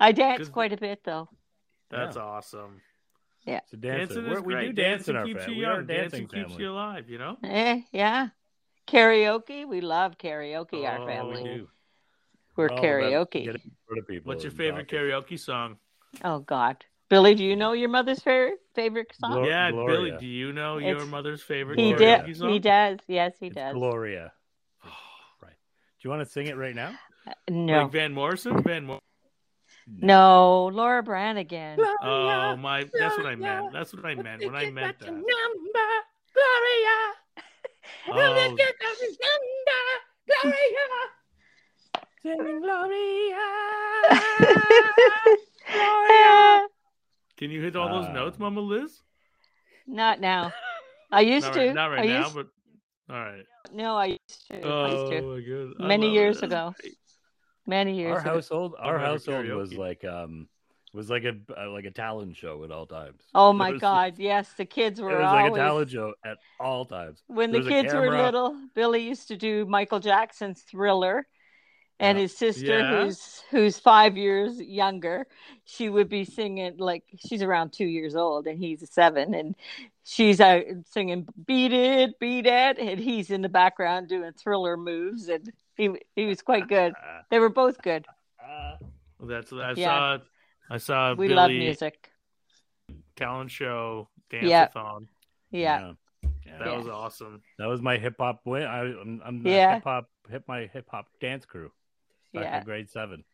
I dance
Cause-
quite a bit though.
That's awesome.
it's a dancer.
Dancing
We're-
is
we
great.
do dance in our
keeps
family.
you
We are a
young.
dancing
Dancing
family.
keeps you alive, you know?
Eh, yeah. Karaoke, we love karaoke.
Oh, we
our family,
do.
we're
All about
karaoke.
getting Oh, in front of people
What's your
and
favorite
talking.
karaoke song?
Oh God, Billy, do you know your mother's favorite favorite song?
Glor-
yeah,
Gloria.
Billy, do you know your
It's-
mother's favorite
he
Gloria.
karaoke
did.
song?
He does. Yes, he
It's
does.
Gloria. Oh, Right. Do you want to sing it right now?
No,
Like Van Morrison? Van Morrison.
no, Laura Branigan.
Oh my that's what I meant. That's what I meant. When I meant that. Oh, can you hit all those
Uh,
notes, Mama Liz?
Not now. I used
Not
to.
right, not right
I
now,
used,
but all right.
No, I used to. I used to.
Oh my god. I
Many
love
years
this.
ago. Many years
Our
ago.
household, our
Remember
household was
karaoke.
like um was like a uh, like a talent show at all times.
Oh
It
my
was-
God! Yes, the kids
It
were
was like a
always.
talent show at all times.
when
there was
the
a
kids were
camera.
little, Billy used to do Michael Jackson's Thriller, and
Yeah.
his sister,
Yeah.
who's who's five years younger, she would be singing like she's around two years old, and he's seven, and she's out singing "Beat It, Beat It," and he's in the background doing Thriller moves, and he he was quite good.
Ah,
They were both good.
That's I saw
Yeah.
I saw
Uh,
We
Billy
love music.
talent show
Yeah.
dance-a-thon.
Yeah.
Yeah. Yeah.
That
Yeah.
was awesome.
That was my hip hop win. I, I'm, I'm the
Yeah.
hip hop hip my hip hop dance crew back
Yeah.
in grade seven.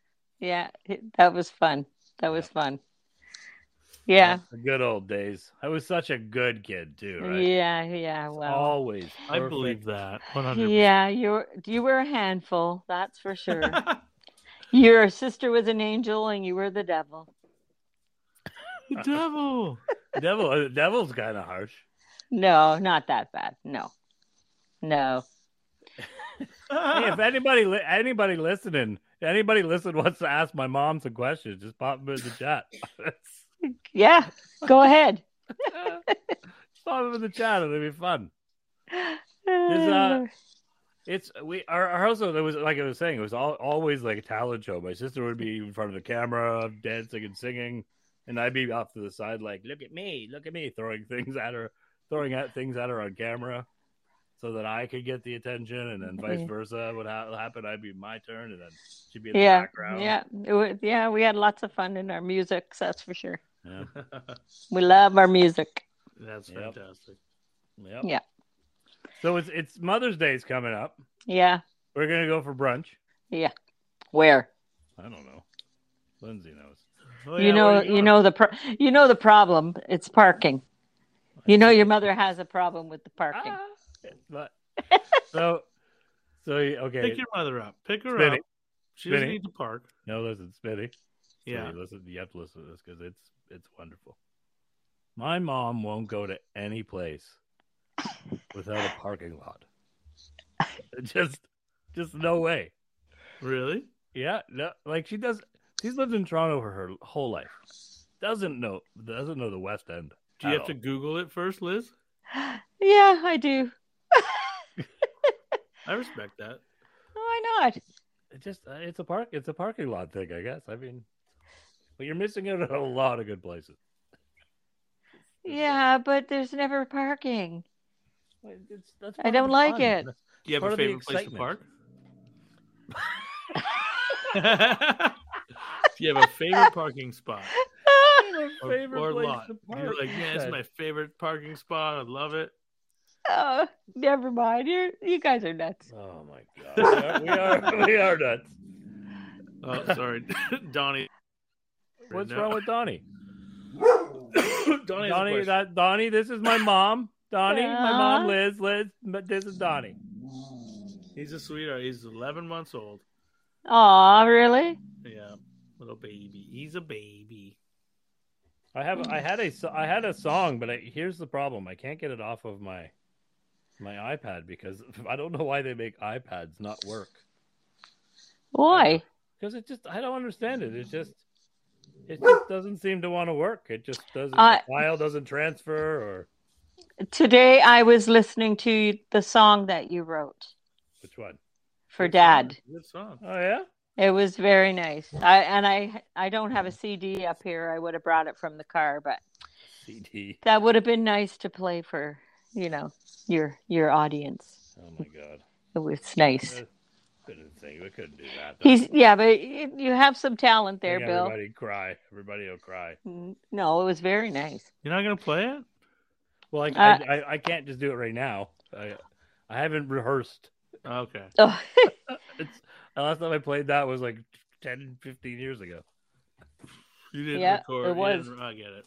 Yeah, it- that was fun. That was fun.
Yeah,
Yeah,
the good old days. I was such a good kid too, right?
yeah, yeah. Well,
Always.
I
perfect.
believe that. 100%.
yeah, you were you were a handful, that's for sure. Your sister was an angel, and you were the devil.
the devil.
Devil. uh, Devil's kind of harsh.
No, not that bad. No, no.
Hey, if anybody, li- anybody listening, anybody listening wants to ask my mom some questions, just pop them in the chat.
Yeah, go ahead.
pop them in the chat. It'll be fun. uh, It's we our, our household. It was like I was saying. It was all, always like a talent show. My sister would be in front of the camera, dancing and singing, and I'd be off to the side, like, "Look at me! Look at me!" Throwing things at her, throwing at things at her on camera, so that I could get the attention, and then vice
Yeah.
versa would ha- happen. I'd be my turn, and then she'd be in the
yeah,
background.
yeah, it was, yeah. We had lots of fun in our music. That's for sure.
yeah.
We love our music.
That's
Yep.
fantastic.
Yep.
Yeah.
So it's it's Mother's Day's coming up.
Yeah,
We're gonna go for brunch.
where?
I don't know. Lindsay knows.
Oh,
you
yeah, where
know,
are
you
going?
know the pro- you know the problem. It's parking. You know your mother has a problem with the parking.
Ah, but, so, so okay.
Pick your mother up. Pick her
Spinny.
up. She doesn't
Spinny.
need to park.
No, listen, Smitty.
Yeah.
Smitty, listen, you have to listen to this because it's it's wonderful. My mom won't go to any place without a parking lot. just, just no way.
Really?
Yeah, no, like she does. She's lived in Toronto for her whole life. Doesn't know, doesn't know the West End.
Do you
at
have to
all.
Google it first, Liz?
Yeah, I do.
I respect that.
Why not?
It just, uh, it's a park, it's a parking lot thing, I guess. I mean, but you're missing out on a lot of good places.
Yeah, but there's never parking.
It's- that's
I
part of
don't
the
like
fun.
it.
That's-
Do you have
Part
a
of the
favorite place to
excitement.
park? Do you have a favorite parking spot or,
Favorite
or
place
lot?
to
You're
park.
like, yeah, it's my favorite parking spot. I love it.
oh, never mind. You you guys are nuts.
Oh my god, we are we are, we are nuts.
Oh, sorry, Donnie.
What's
No.
wrong with Donnie?
Donnie, has a
Donnie,
question.
that Donnie, this is my mom. Donnie, my
Yeah.
mom, Liz, Liz. but This is Donnie.
He's a sweetheart. He's 11 months old.
Aw, really?
Yeah, little baby. He's a baby.
I have I had a so- I had a song, but I, here's the problem: I can't get it off of my my iPad because I don't know why they make iPads not work.
Why?
Because it just I don't understand it. It just it just doesn't seem to want to work. It just doesn't.
I-
the file doesn't transfer, or
Today I was listening to the song that you wrote
which one?
for Dad.
Good song.
Oh yeah,
It was very nice. I and I I don't have a CD up here. I would have brought it from the car, but
CD.
that would have been nice to play for, you know, your your audience.
Oh my god.
It was nice.
Uh, Couldn't sing. We couldn't do that.
He's yeah, but you you have some talent there,
Make
Bill.
Everybody cry. Everybody will cry.
Mm, No, it was very nice.
You're not gonna play it?
Well, I,
Uh,
I, I, I can't just do it right now. I, I haven't rehearsed.
Okay.
Oh,
It's the last time I played that was like 10, 15 years ago.
You didn't
Yeah,
record.
it
you
was.
didn't- I get it.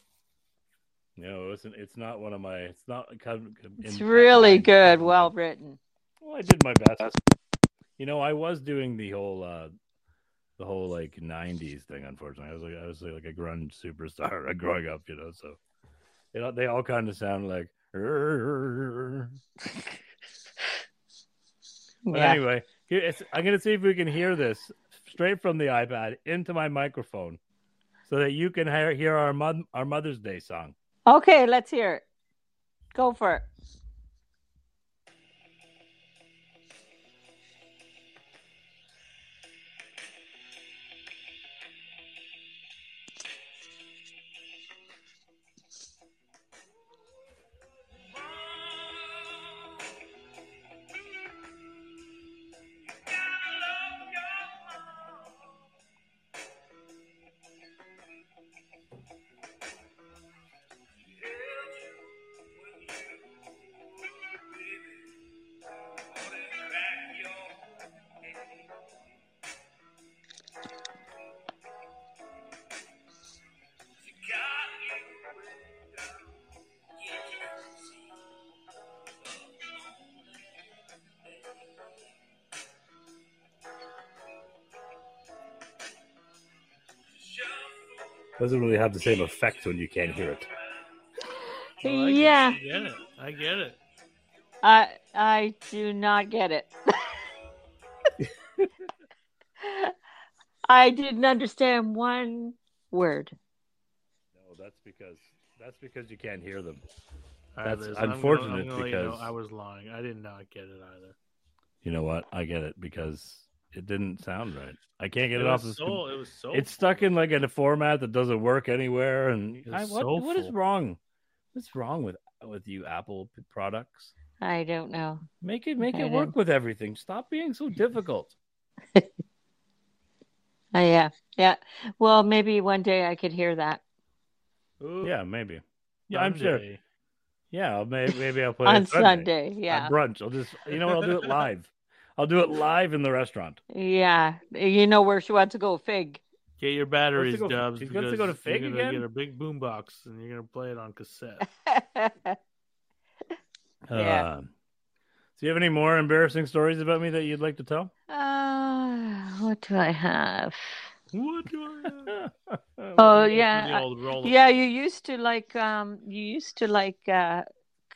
No, it's it's not one of my. It's not. come- come-
it's
in-
really
mine.
good, well written.
Well, I did my best. You know, I was doing the whole, uh the whole like '90s thing. Unfortunately, I was like, I was like a grunge superstar growing up. You know, so they all- they all kind of sound like. But
Yeah.
anyway, here, it's, I'm going to see if we can hear this straight from the iPad into my microphone, so that you can hear, hear our mo- our Mother's Day song.
Okay, let's hear it. Go for it.
Doesn't really have the same effect when you can't hear it.
I like
yeah,
It. I get it. I get it.
I I do not get it. I didn't understand one word.
No, that's because that's because you can't hear them.
All right,
That's
Liz, I'm gonna-
unfortunate
I'm gonna let you know
because-
I was lying. I did not get it either.
You know what? I get it because it didn't sound right. I can't get
It
it, off
was,
the.
soul, it was soul.
It's stuck in like in a format that doesn't work anywhere. And
It's
I, what, what is
soulful.
wrong? What's wrong with with you Apple products?
I don't know.
Make it make
Okay,
it work with everything. Stop being so difficult.
Oh, yeah, yeah. Well, maybe one day I could hear that
Ooh,
Yeah, maybe. Yeah, I'm sure.
Sunday.
Yeah, maybe, maybe I'll play
on
it
Sunday.
At
Yeah,
brunch. I'll just you know what, I'll do it live. I'll do it live in the restaurant.
yeah. You know where she wants to go? Fig.
Get your batteries,
go-
Dubs.
she wants to
because
go to Fig
you're gonna
again?
Get a big boombox, and you're gonna play it on cassette.
Uh, Yeah.
Uh, do you have any more embarrassing stories about me that you'd like to tell?
uh, what do I have?
what? do I have?
Oh
The
yeah,
old roll-
yeah. You used to like um, you used to like uh,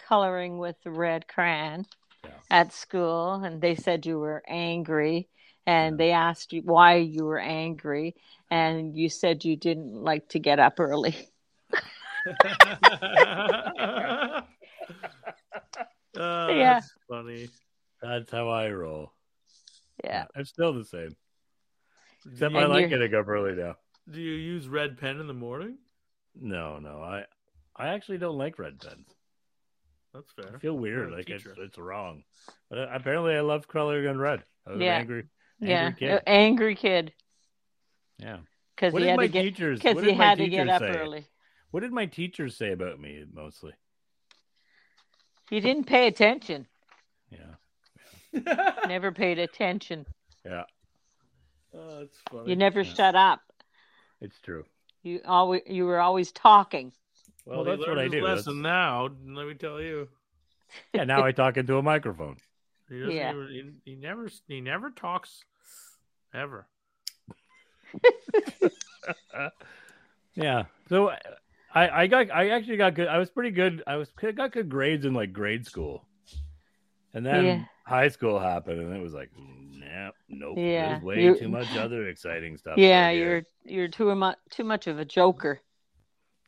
coloring with red crayon
Yeah.
at school, and they said you were angry, and they asked you why you were angry, and you said you didn't like to get up early.
Oh,
Yeah.
That's funny.
That's how I roll.
Yeah.
I'm still the same. Except
do,
I
you,
And
like
you-
getting up early now.
do you use red pen in the morning?
No, no, I, I actually don't like red pens.
That's
I
fair.
feel weird,
a
like it's,
teacher.
it's wrong. But uh, apparently, I love coloring on red. I was
Yeah.
an angry.
Yeah,
Angry kid.
a- angry kid,
Yeah.
because
What
he
did
had
my
to get
teachers?
because
What
he
did my
had to get
teachers
up
say?
early.
What did my teachers say about me mostly?
He didn't pay attention.
Yeah.
Never paid attention.
Oh, that's funny.
You never
Yeah.
shut up.
It's true.
You always you were always talking.
Well,
he
that's what
learned
I
his
do.
Lesson
That's-
now. Let me tell you.
yeah, now I talk into a microphone.
He doesn't
Yeah.
even- he, he never. He never talks. Ever.
Yeah. So I, I got I actually got good. I was pretty good. I was I got good grades in like grade school, and then
Yeah.
high school happened, and it was like, nah, nope.
Yeah.
There's way
You-
too much other exciting stuff.
yeah,
out here.
you're you're too much too much of a joker.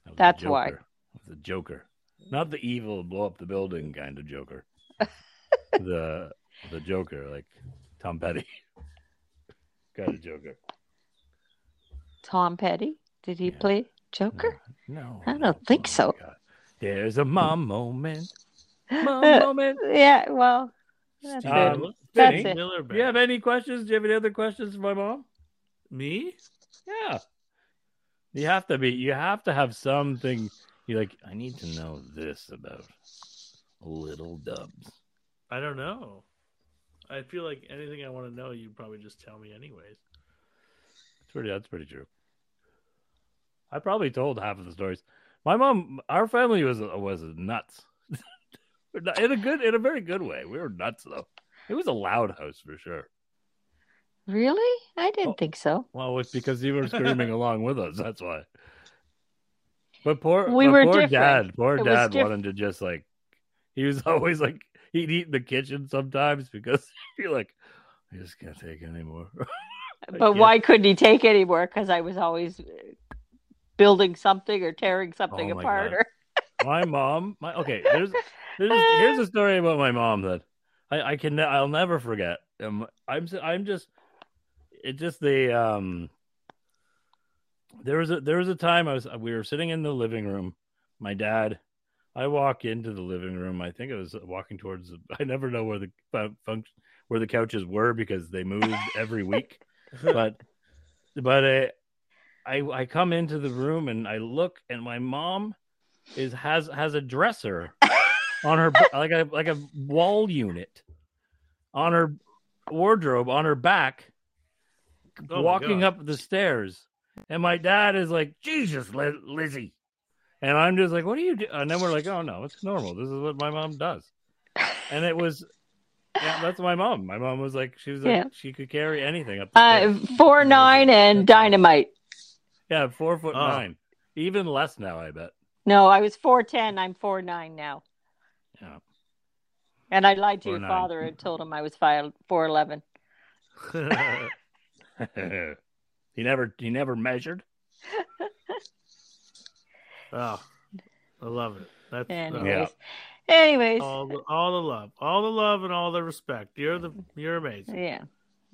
I was a
that's why.
joker. I was a joker, not the evil blow up the building kind of joker. the the joker, like Tom Petty, kind of joker.
Tom Petty. Did he
Yeah.
play Joker?
No,
I don't
no.
think
Oh,
so.
God. There's a mom moment. Mom moment.
Yeah, well, that's
Steve
it.
Um,
Miller-
that's
Steve
it.
Uh, Miller
Do you have
Band.
any questions? Do you have any other questions for my mom?
Me?
Yeah. You have to be. You have to have something. You're like, I need to know this about little dubs.
I don't know. I feel like anything I want to know, you'd probably just tell me anyways.
That's pretty. That's pretty true. I probably told half of the stories. My mom, our family was was nuts. in a good, in a very good way. We were nuts though. It was a loud house for sure.
Really? I didn't
Oh.
think so.
Well, it's because you were screaming along with us. That's why. But poor,
We
but
were
poor
different.
dad. Poor
It was
dad
diff-
wanted to just like. He was always like he'd eat in the kitchen sometimes because he'd be like, I just can't take it anymore.
But
yeah.
why couldn't he take anymore? Because I was always uh, building something or tearing something
Oh my
apart.
God.
Or...
my mom, my okay. There's, there's here's a story about my mom that I, I can ne- I'll never forget. Um, I'm s- I'm just it just the um there was a there was a time I was we were sitting in the living room. My dad, I walk into the living room. I think I was walking towards. I never know where the fun- function where the couches were because they moved every week. But but uh, I I come into the room and I look and my mom is has has a dresser on her like a like a wall unit on her wardrobe on her back
Oh my
walking
God.
up the stairs and my dad is like jesus Liz- lizzie and i'm just like what are you do and then we're like oh no it's normal this is what my mom does and it was yeah that's my mom my mom was like she was like
Yeah.
she could carry anything up the
Uh,
stairs.
four nine and dynamite.
yeah four foot
Oh.
nine even less now i bet
No, I was four ten. I'm four nine now.
Yeah.
And I lied to your
4'9".
father and told him I was five four eleven.
he never he never measured
oh, I love it. That's
uh,
Anyways,
oh,
anyways,
Oh.
all, the, all the love, all the love, and all the respect. You're the you're amazing.
yeah.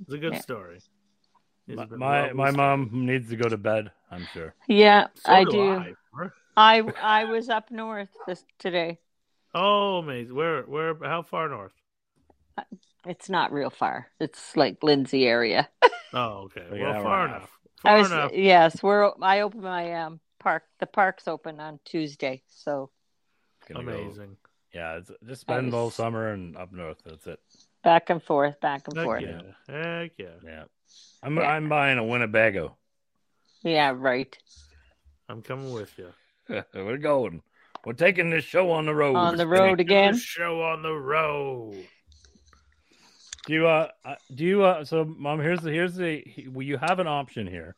It's a good
Yeah.
story. It's
my
been
my,
well
my
received.
mom needs to go to bed i'm sure
Yeah,
So
I do. I.
I, bro.
I was up north this today.
oh, amazing. Where where? How far north?
It's not real far. It's like Lindsay area.
Oh, okay.
Like an hour
well, far
and a
enough.
I
Far
was
enough.
yes, we're I open my um park. The park's open on Tuesday, so
Gonna go-
Amazing.
yeah it's, just spend
was-
all summer and up north that's it
back and forth, back and
Heck
forth.
yeah. Heck yeah.
yeah i'm
Yeah.
i'm buying a winnebago
Yeah, right.
I'm coming with you.
We're going. We're taking this show on the road.
On the road again.
Show on the road.
Do you? Uh, uh, do you? Uh, so, mom, here's the here's the. he- Well, you have an option here.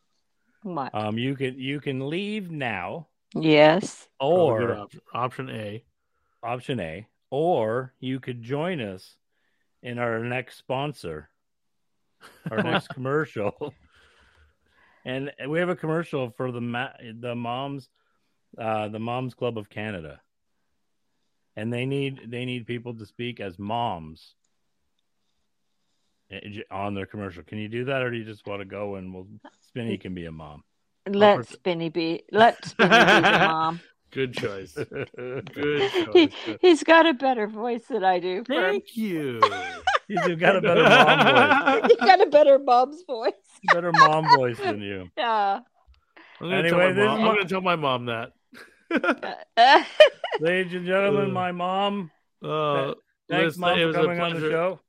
What?
Um, you can you can leave now,
Yes.
Probably good
or
op- option A.
option A, or you could join us in our next sponsor, our next commercial. And we have a commercial for the ma- the moms, uh, the Moms Club of Canada, and they need they need people to speak as moms eh, j- on their commercial. Can you do that, or do you just want to go and we'll Spinny can be a mom?
Let
Oppor-
Spinny be. Let Spinny be the mom.
Good choice. Good
He,
choice.
he's got a better voice than I do. for-
Thank you.
You've got a better mom voice,
He's got a better mom's voice.
better mom voice than you.
Yeah.
I'm gonna,
Anyway,
tell, my
this
mom,
is
I'm
my-
gonna tell my mom that.
Uh,
Ladies and gentlemen,
Ugh.
my mom.
Uh,
Thanks,
Liz,
mom,
it
for
was a
coming on the
pleasure.
show.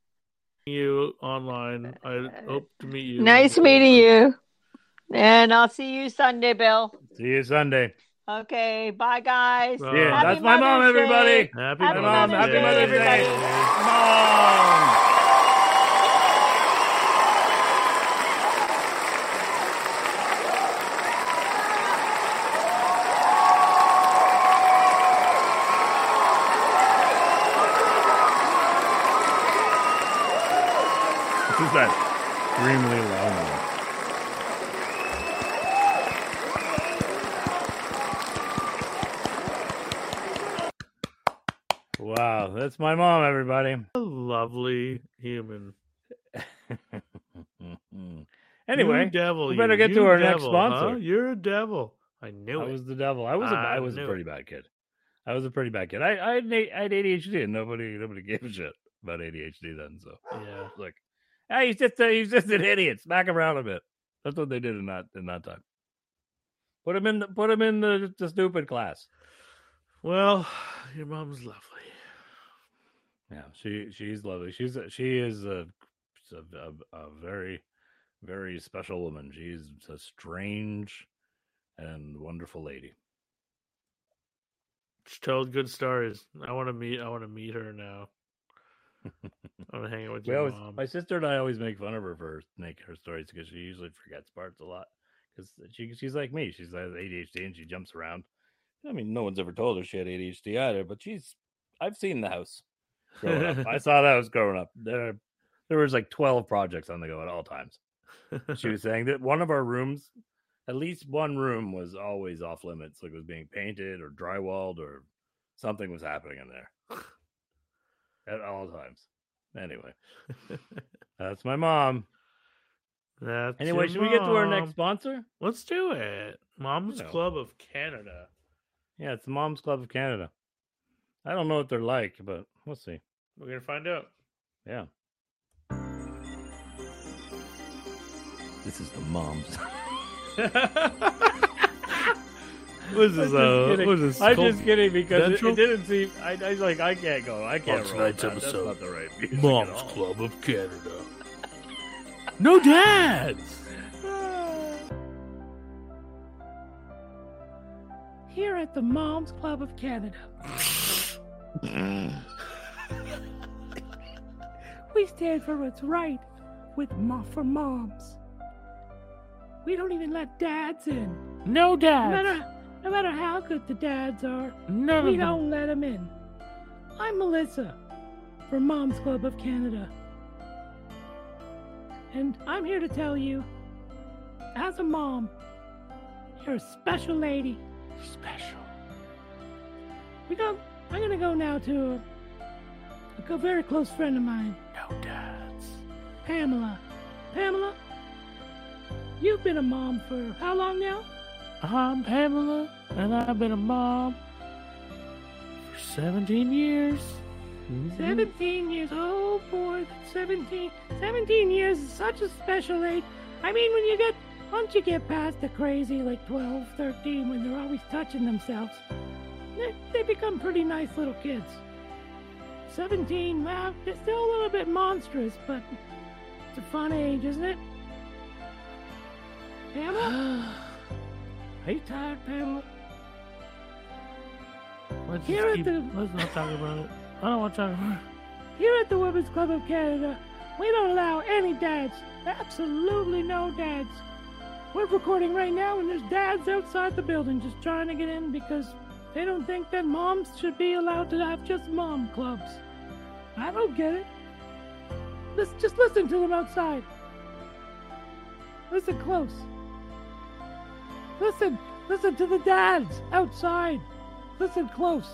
meeting you online. I hope to meet you.
Uh, nice meeting you. And I'll see you Sunday, Bill.
See you Sunday.
Okay. Bye, guys.
Bye.
Yeah,
Happy
that's my mom,
Mother's Day.
everybody.
Happy,
Happy
Mother's
mom,
Mother's
happy
Day,
Mother's
everybody.
Day, mom. This is that extremely long one. Wow, that's my mom, everybody.
A lovely human.
anyway,
you devil,
we better
you,
get to
you
our next
devil,
sponsor.
Huh? You're a devil. I knew
I
it.
was the devil. I was a,
I
I was a
knew
pretty bad kid. I was a pretty bad kid. I I had, A- I had ADHD, and nobody nobody gave a shit about ADHD then. So
Yeah.
like, hey, he's just a, he's just an idiot. Smack him around a bit. That's what they did in that in that time. Put him in the put him in the, the stupid class.
Well, your mom's lovely.
Yeah, she she's lovely. She's a, she is a, a a- a very very special woman. She's a strange and wonderful lady.
She told good stories. I want to meet. I want to meet her now. I want to hang out with
We
your
always
mom.
my sister and I always make fun of her for make her stories because she usually forgets parts a lot. Because she she's like me. She's has ADHD and she jumps around. I mean, no one's ever told her she had ADHD either, but she's I've seen the house. growing up. I saw that was growing up. There, there was like twelve projects on the go at all times. She was saying that one of our rooms, at least one room, was always off limits. Like it was being painted or drywalled or something was happening in there at all times. Anyway, that's my mom.
That's
Anyway,
your
should we get to our next
mom.
sponsor?
Let's do it. Mom's
Yeah.
Club of Canada.
Yeah, it's the Moms Club of Canada. I don't know what they're like, but we'll see.
We're gonna find out.
Yeah. This is the moms.
What is
I'm
this?
just
Uh,
kidding.
what is this?
I'm
cult-
just kidding because it- it,
Central?
didn't seem. I, I was like, I can't go. I can't.
On
roll
tonight's
with that. That's
episode,
not the right music at
Mom's
all.
Club of Canada. No dads.
Here at the Moms Club of Canada, we stand for what's right with mo- for moms. We don't even let dads in.
No
No
dads.
matter, no matter how good the dads are,
None
we
of them.
don't let them in. I'm Melissa from Moms Club of Canada. And I'm here to tell you, as a mom, you're a special lady. Special. We go, I'm going to go now to a, a co- very close friend of mine. No dads. Pamela. Pamela, you've been a mom for how long now?
Uh-huh, I'm Pamela, and I've been a mom for 17 years. Mhm.
17 years. Oh boy, 17. 17 years is such a special age. I mean, when you get, once you get past the crazy, like 12, 13, when they're always touching themselves, they, they become pretty nice little kids. 17, well, they're still a little bit monstrous, but it's a fun age, isn't it? Pamela?
Are you tired, Pamela?
Let's,
Here at
just keep,
the-
let's not talk about it. I don't want to talk about it.
Here at the Women's Club of Canada, we don't allow any dads. Absolutely no dads. We're recording right now, and there's dads outside the building just trying to get in because they don't think that moms should be allowed to have just mom clubs. I don't get it. Let's just listen to them outside. Listen close. Listen, listen to the dads outside. Listen close.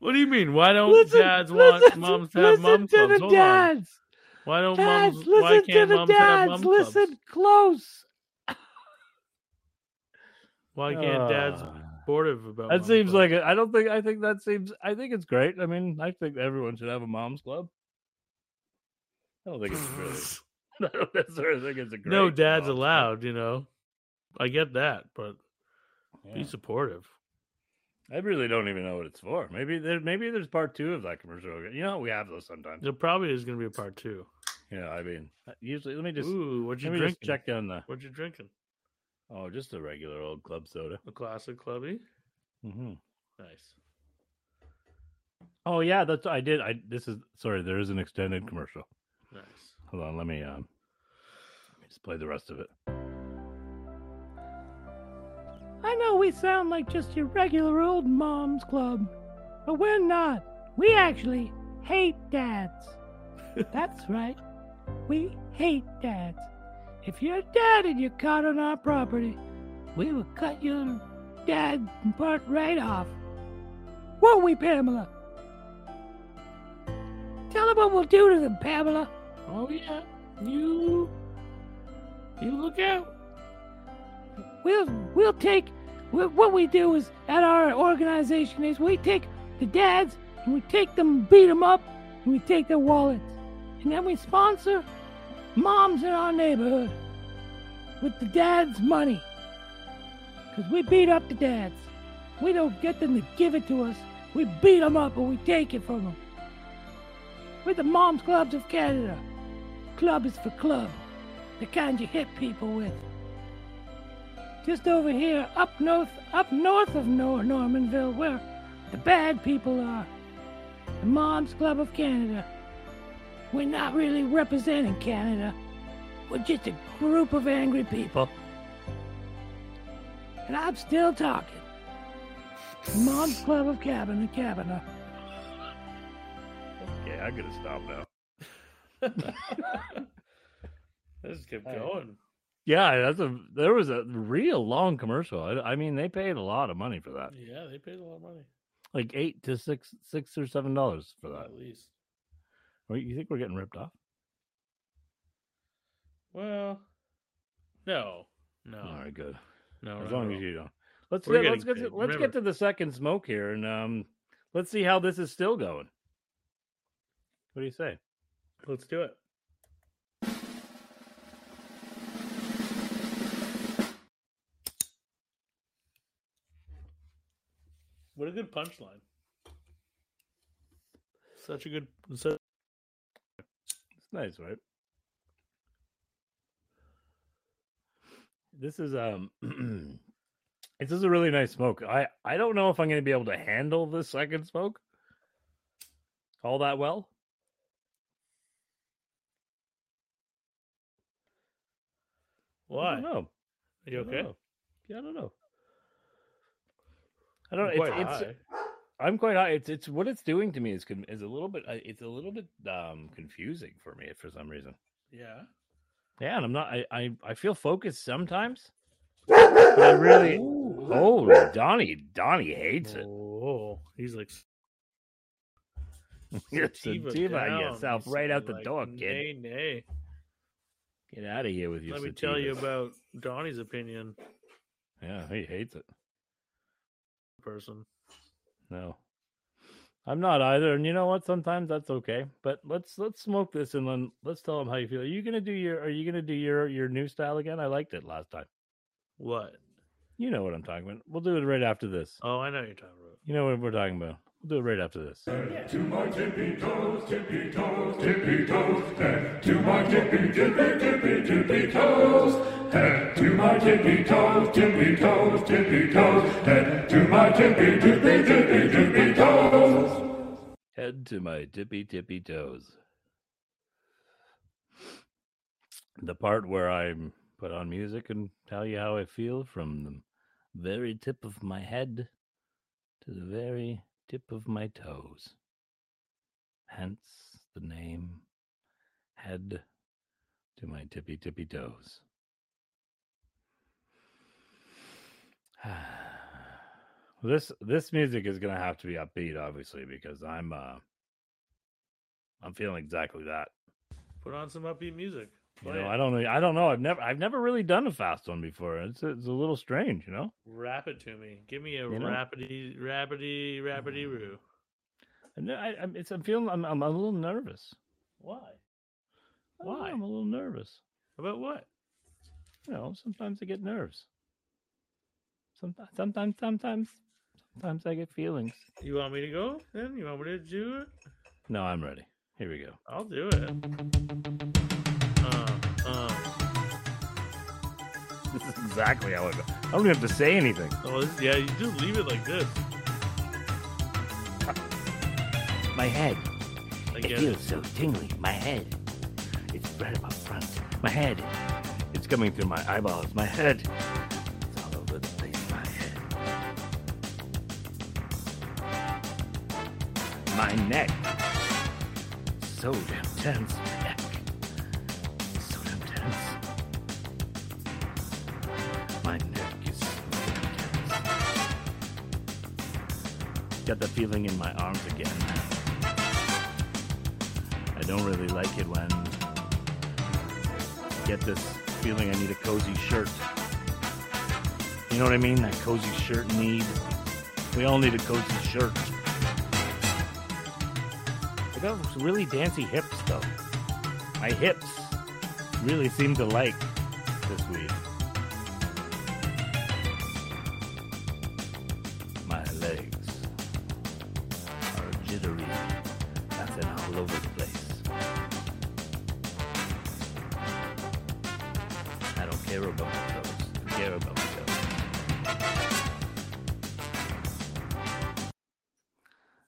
What do you mean? Why don't
Listen-
dads want
listen-
moms to have mom
listen to
clubs?
the
Hold on.
dads.
Why don't
Dads,
moms? Why
listen to
can't
the
moms have
dads.
mom clubs?
Listen close.
Why can't dads be
Ah.
supportive about?
That
mom
seems like
clubs?
a, I don't think I think that seems I think it's great. I mean, I think everyone should have a mom's club. I don't think it's really. I don't necessarily think it's a great.
no dads
mom's club.
allowed. You know, I get that, but
Yeah.
be supportive.
I really don't even know what it's for. Maybe there maybe there's part two of that commercial. You know, we have those sometimes.
There probably is going to be a part two.
You know, I mean, uh, usually let me just
Ooh, what you
let me
drinking?
just check on the
What you drinking?
oh, just a regular old club soda.
A classic clubby.
hmm
Nice.
Oh yeah, that's I did. I this is sorry. There is an extended commercial.
Nice.
Hold on, let me um let me just play the rest of it.
I know we sound like just your regular old mom's club, but we're not. We actually hate dads. That's right. We hate dads. If you're a dad and you're caught on our property, we will cut your dad part right off. Won't we, Pamela? Tell them what we'll do to them, Pamela.
Oh yeah, you. You look out.
We'll we'll take we what we do is at our organization is we take the dads and we take them beat them up and we take their wallets and then we sponsor moms in our neighborhood with the dads' money because we beat up the dads. We don't get them to give it to us. We beat them up and we take it from them. We're the Moms Clubs of Canada. Club is for club, the kind you hit people with just over here, up north, up north of Nor- Normanville, where the bad people are. The Moms Club of Canada. We're not really representing Canada. We're just a group of angry people. And I'm still talking. Moms Club of Cabin, uh, Cabana.
Okay, I'm gonna stop now.
Let's keep
All right.
going.
Yeah, that's a there was a real long commercial. I, I mean, they paid a lot of money for that,
Yeah, they paid a lot of money.
like eight to six, six or seven dollars for that.
At least.
Wait, You think we're getting ripped off?
Well, no, no,
All right, good.
no.
as
not
long
at
as
all.
you don't. Let's
We're
get, let's
getting
get to,
paid.
let's
Remember-
get to the second smoke here, and um, let's see how this is still going. What do you say?
Let's do it. What a good punchline. Such a good. Such,
It's nice, right? This is um this is a really nice smoke. I I don't know if I'm going to be able to handle this second smoke all that well. I
why?
don't know.
Are you
I don't
okay?
know. Yeah, I don't know. I don't.
You're
It's, it's, I'm quite high. It's it's what it's doing to me is con- is a little bit. uh, It's a little bit um confusing for me for some reason.
Yeah.
Yeah, and I'm not. I I, I feel focused sometimes. But I really. Oh, Donnie! Donnie hates it.
Oh, he's like
Get
sativa
sativa
down.
yourself
He's
right out the
like,
door, kid.
Nay, nay.
Get out of here with your
Let me
sativa.
tell you about Donnie's opinion.
Yeah, he hates it.
Person,
No, I'm not either. And you know what? Sometimes that's okay. But let's let's smoke this and then let's tell him how you feel. Are you gonna do your? Are you gonna do your your new style again? I liked it last time.
what?
You know what I'm talking about. We'll do it right after this.
Oh, I know what you're talking about.
You know what we're talking about. We'll do it right after this.
To my tippy toes, tippy toes, tippy toes, and to my tippy, tippy, tippy, tippy toes, and to my tippy toes, tippy toes, tippy toes, and to my tippy, tippy, tippy, tippy toes.
Head to my tippy tippy toes. The part where I put on music and tell you how I feel from the very tip of my head to the very tip of my toes. Hence the name Head to my tippy tippy toes. this this music is gonna have to be upbeat, obviously, because I'm uh I'm feeling exactly that.
Put on some upbeat music.
You
Play
know,
it.
I don't know. I don't know. I've never I've never really done a fast one before. It's it's a little strange, you know.
Rap it to me. Give me a
You know? Mm.
rapidy, rapidy, rapidy roo.
And I, I'm it's I'm feeling I'm I'm a little nervous.
Why?
I don't know,
Why?
I'm a little nervous.
About what?
You know, sometimes I get nerves. Sometimes sometimes sometimes sometimes I get feelings.
You want me to go? Then you want me to do it?
No, I'm ready. Here we go.
I'll do it. Uh, uh.
This is exactly how it goes. I don't even have to say anything.
Oh, this, yeah. You just leave it like this.
My head.
I
It
guess.
feels so tingly. My head. It's right up front.
My head. It's coming through my eyeballs. My head. It's all over the place. My head. My neck. So damn tense. My neck. So damn tense. My neck is so damn tense. Got the feeling in my arms again. I don't really like it when get this feeling I need a cozy shirt. You know what I mean? That cozy shirt need. We all need a cozy shirt. I got some really dancy hips though. My hips really seem to like this weed. My legs are jittery. That's an all over the place. I don't care about my toes. I care about my toes.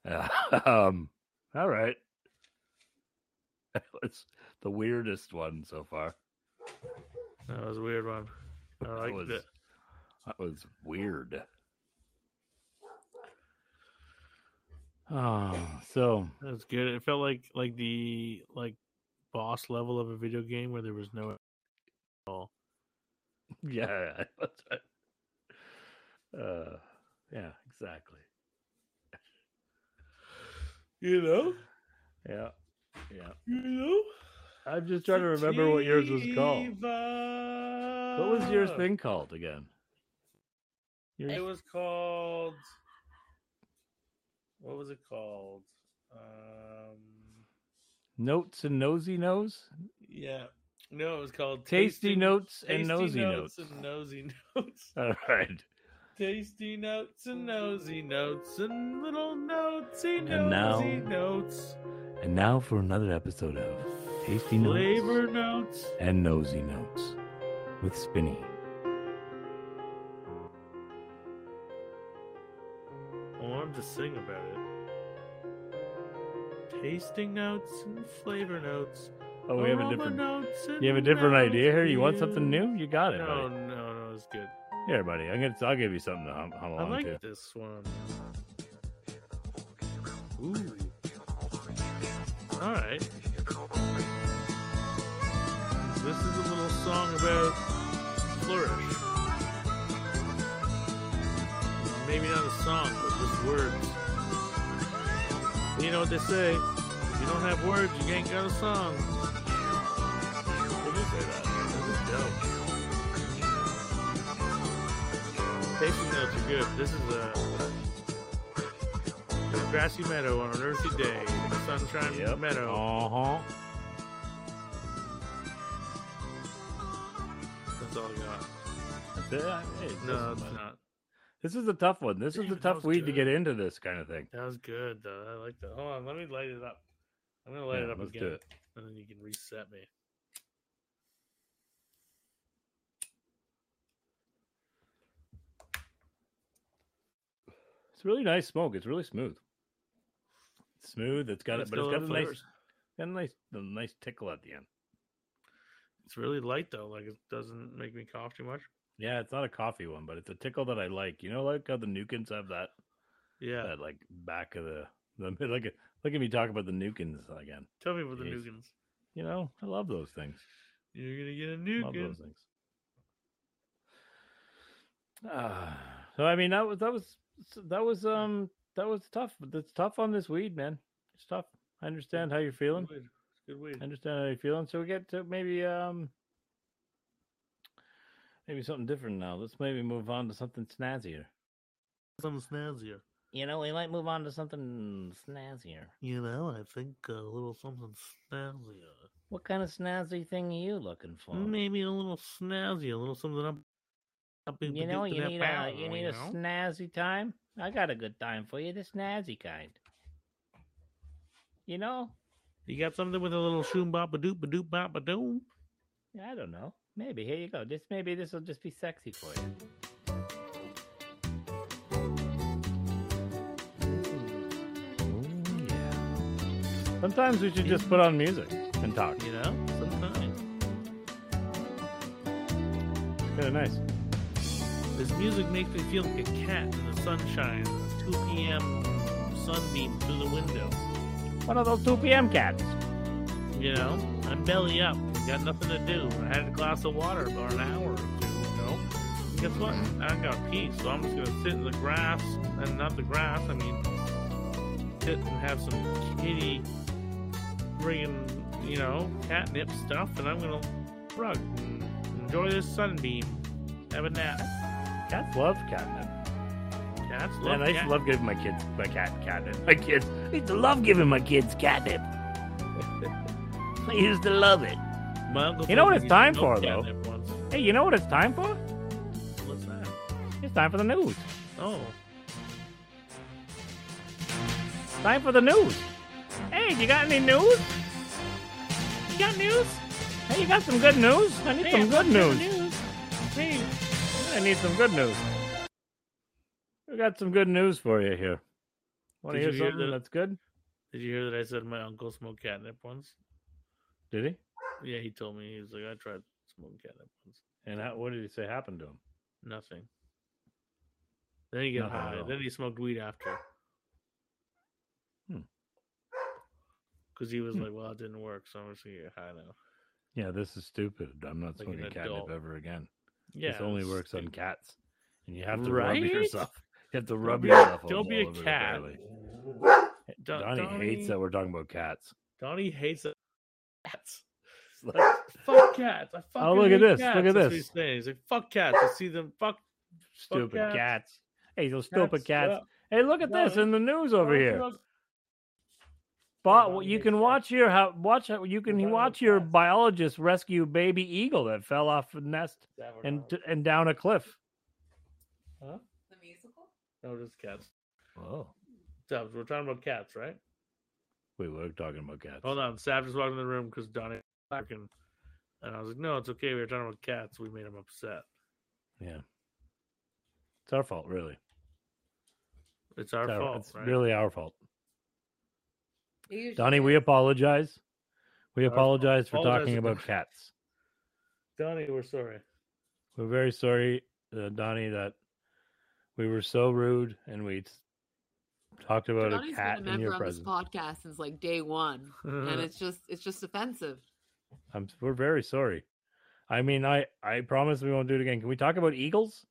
Uh, um, all right. That was the weirdest one so far.
That was a weird one. I
That
liked
was,
it.
that was weird. Oh, so
That was good. It felt like like the like boss level of a video game where there was no. all.
yeah, that's right. Uh, yeah, exactly.
You know.
Yeah, yeah.
You know.
I'm just trying to remember what yours was called. What
What
was your thing called again? Yours-
It was called. What was it called? Um,
notes and nosy nose,
yeah. No, it was called
tasty, notes and
Tasty
nosy notes.
and nosy notes.
All right,
Tasty notes and nosy notes and little notesy nosy
And now-
notes.
and now for another episode of Tasty Notes
Flavor notes.
and Nosy Notes with Spinny.
I want him to sing about it. Tasting notes and flavor notes.
Oh, we have a
aroma
different.
notes and
You have a different
notes
idea here. You want
for
something
you.
new? You got it,
No,
buddy.
no, no, it's good.
Here, buddy. I'm gonna. I'll give you something to hum, hum
I
along
like
to.
this one. Ooh. All right. This is a little song about flourish. Maybe not a song, but just words. You know what they say? If you don't have words, you ain't got a song. They do say that. That's dope. Tasting notes are good. This is a, a grassy meadow on an earthy day. in a Sunshine
Yep.
meadow.
Uh huh.
That's all I got.
That's it. Hey, listen,
No, it's
bud.
not.
This is a tough one. This is
Damn,
the
that
tough
was
weed to
good.
get into this kind of thing.
That was good though. I like that. Hold on, let me light it up. I'm gonna light
Yeah,
it up
let's
again,
do it.
and then you can reset me.
It's really nice smoke. It's really smooth. It's smooth. It's got
And
it,
it's
but it's
got a
got
lot
a
of
nice,
flavors.
got a nice, a nice tickle at the end.
It's really light though. Like it doesn't make me cough too much.
Yeah, it's not a coffee one, but it's a tickle that I like. You know, like how the Nukins have that,
Yeah.
that like back of the, the like. Look at me talk about the Nukins again.
Tell me about the
Jeez.
Nugans.
You know, I love those things.
You're gonna get a
Love
Nugan.
those things. Ah, so I mean that was that was that was um that was tough. That's tough on this weed, man. It's tough. I understand how you're feeling.
Good weed. It's good weed.
I understand how you're feeling. So we get to maybe um maybe something different now. Let's maybe move on to something snazzier.
Something snazzier.
You know, we might move on to something snazzier.
You know, I think a little something snazzier.
What kind of snazzy thing are you looking for?
Maybe a little snazzy, a little something up. up in
You know,
Paducah,
you
that
need
bow,
a you need a
know?
snazzy time. I got a good time for you, the snazzy kind. You know,
You got something with a little shoom bop a doop a doop bop a doom.
I don't know. Maybe here you go. This maybe this will just be sexy for you. Sometimes we should just put on music and talk.
You know, sometimes
Kind of nice.
this music makes me feel like a cat in the sunshine. a 2 p.m. sunbeam through the window.
One of those 2 p.m. cats.
You know, I'm belly up. Got nothing to do. I had a glass of water about an hour or two ago. Guess what?
Mm-hmm.
I got pee, so I'm just gonna sit in the grass, and not the grass. I mean, sit and have some kitty, friggin', you know, catnip stuff, and I'm gonna rug and enjoy this sunbeam. Have a nap.
Cats love catnip.
Cats love
Man, I used
cat-
to love giving my kids my cat catnip. My kids, I used to love giving my kids catnip. I used to love it.
My uncle
You know what
told me
it's
he
time
smoked
for, though?
catnip once.
Hey, you know what it's time for?
What's that?
It's time for the news.
Oh,
It's time for the news. Hey, you got any news? You got news? Hey, you got some good news? I need some good news. Hey, I need some good news. We got some good news for you here. Want to
Did
hear
you hear
something
that-
that's good?
did you hear that I said my uncle smoked catnip once?
Did he?
Yeah, he told me. He was like, I tried smoking catnip once.
And how, what did he say happened to him?
Nothing. Then he got
Nothing at
high.
all.
Then he smoked weed after.
Hmm.
Because he was
Hmm.
like, well, it didn't work, so I'm just going to get high now.
Yeah, this is stupid. I'm not
Like an
smoking catnip
adult.
ever again.
Yeah.
this only
it's
works on
stupid.
cats, and you have to rub
Right?
yourself. You have to rub
be-
yourself.
don't be a cat.
Donnie,
Don-
Donnie hates that we're talking about cats.
Donnie hates that. Cats.
It's like-
fuck cats. I fucking
Oh, look at
hate
this, look
Cats.
at
That's what
this.
He's, saying. he's like, fuck cats. I see them. Fuck
Stupid
cats.
cats. Hey, those stupid cats.
yeah.
Hey, look at this
No,
in the news over
Why don't you
here.
look-
But
Donnie
you
hates
can
cats.
watch your how watch how- you can
Donnie
watch
hates
your
cats.
biologist rescue baby eagle that fell off a nest
That we're
and
not-
and down a cliff.
Huh?
The musical?
No, just cats.
Oh,
Stubbs, we're talking about cats, right?
we were talking about cats.
Hold on, Sav just walked in the room because Donnie was barking. And I was like, no, it's okay. We were talking about cats. We made him upset.
Yeah, it's our fault, really.
It's our
It's our-
fault,
it's
right?
really our fault.
It usually
Donnie,
is.
we apologize. We
Our fault.
apologize for
Apologize
talking
for
about
talking-
cats.
Donnie, we're sorry.
We're very sorry, uh, Donnie, that we were so rude and we s- talked about
Donnie's
a
been
cat
a
in
member
your
on
presence.
this podcast since like day one, and it's just it's just offensive.
I'm, we're very sorry. I mean, I I promise we won't do it again. Can we talk about eagles?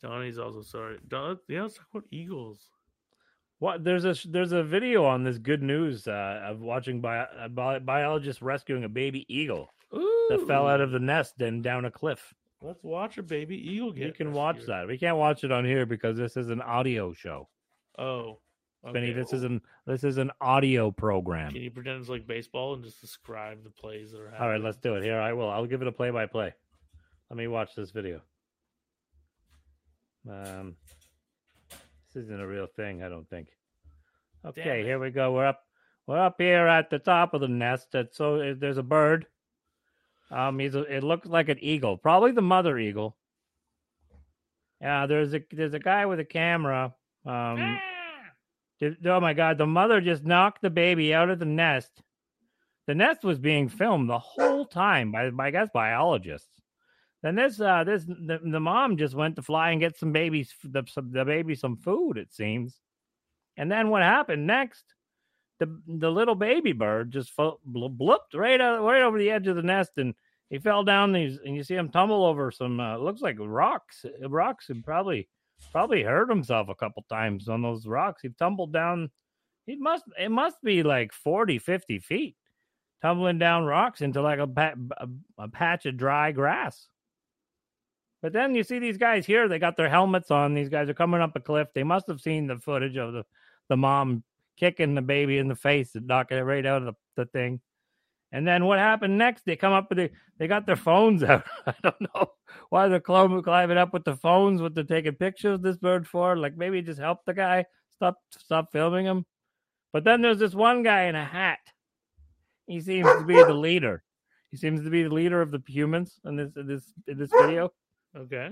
Donnie's also sorry. Don- yeah, let's talk about eagles.
What there's a sh- there's a video on this good news uh, of watching bio, a bi- biologist rescuing a baby eagle
Ooh,
that fell out of the nest and down a cliff.
Let's watch a baby eagle get.
you can watch
rescued.
that. We can't watch it on here because this is an audio show.
Oh,
Benny,
okay.
this is an this is an audio program.
Can you pretend it's like baseball and just describe the plays that are happening?
All right, let's do it. Here, I will. I'll give it a play by play. Let me watch this video. Um, This isn't a real thing, I don't think.
Damn
Okay,
it.
here we go. We're up. We're up here at the top of the nest. That's so uh, there's a bird. Um, he's a, it looks like an eagle, probably the mother eagle. Yeah, there's a there's a guy with a camera. Um, did- oh my god, the mother just knocked the baby out of the nest. The nest was being filmed the whole time by, by I guess biologists. Then this uh this the, the mom just went to fly and get some babies the some, the baby some food it seems. And then what happened next? The the little baby bird just fo- bl- blipped right out right over the edge of the nest and he fell down these and you see him tumble over some uh, looks like rocks rocks and probably probably hurt himself a couple times on those rocks. He tumbled down he must it must be like 40 50 feet tumbling down rocks into like a, pa- a, a patch of dry grass. But then you see these guys here, they got their helmets on. These guys are coming up a cliff. They must have seen the footage of the, the mom kicking the baby in the face and knocking it right out of the, the thing. And then what happened next? They come up with the, they got their phones out. I don't know why they're clim- climbing up with the phones, what they're taking pictures of this bird for. Like maybe just help the guy stop stop filming him. But then there's this one guy in a hat. He seems to be the leader. He seems to be the leader of the humans in this in this in this video
Okay.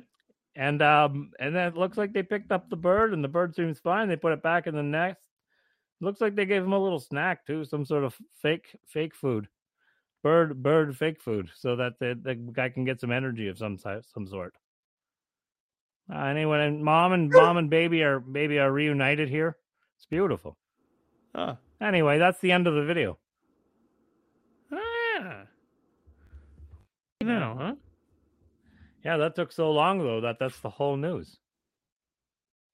and um and then it looks like they picked up the bird and the bird seems fine they put it back in the nest looks like they gave him a little snack too some sort of fake fake food bird bird fake food so that the, the guy can get some energy of some si- some sort uh, anyway and mom and mom and baby are baby are reunited here it's beautiful
Huh.
anyway that's the end of the video
Ah. You know, huh?
yeah that took so long though that that's the whole news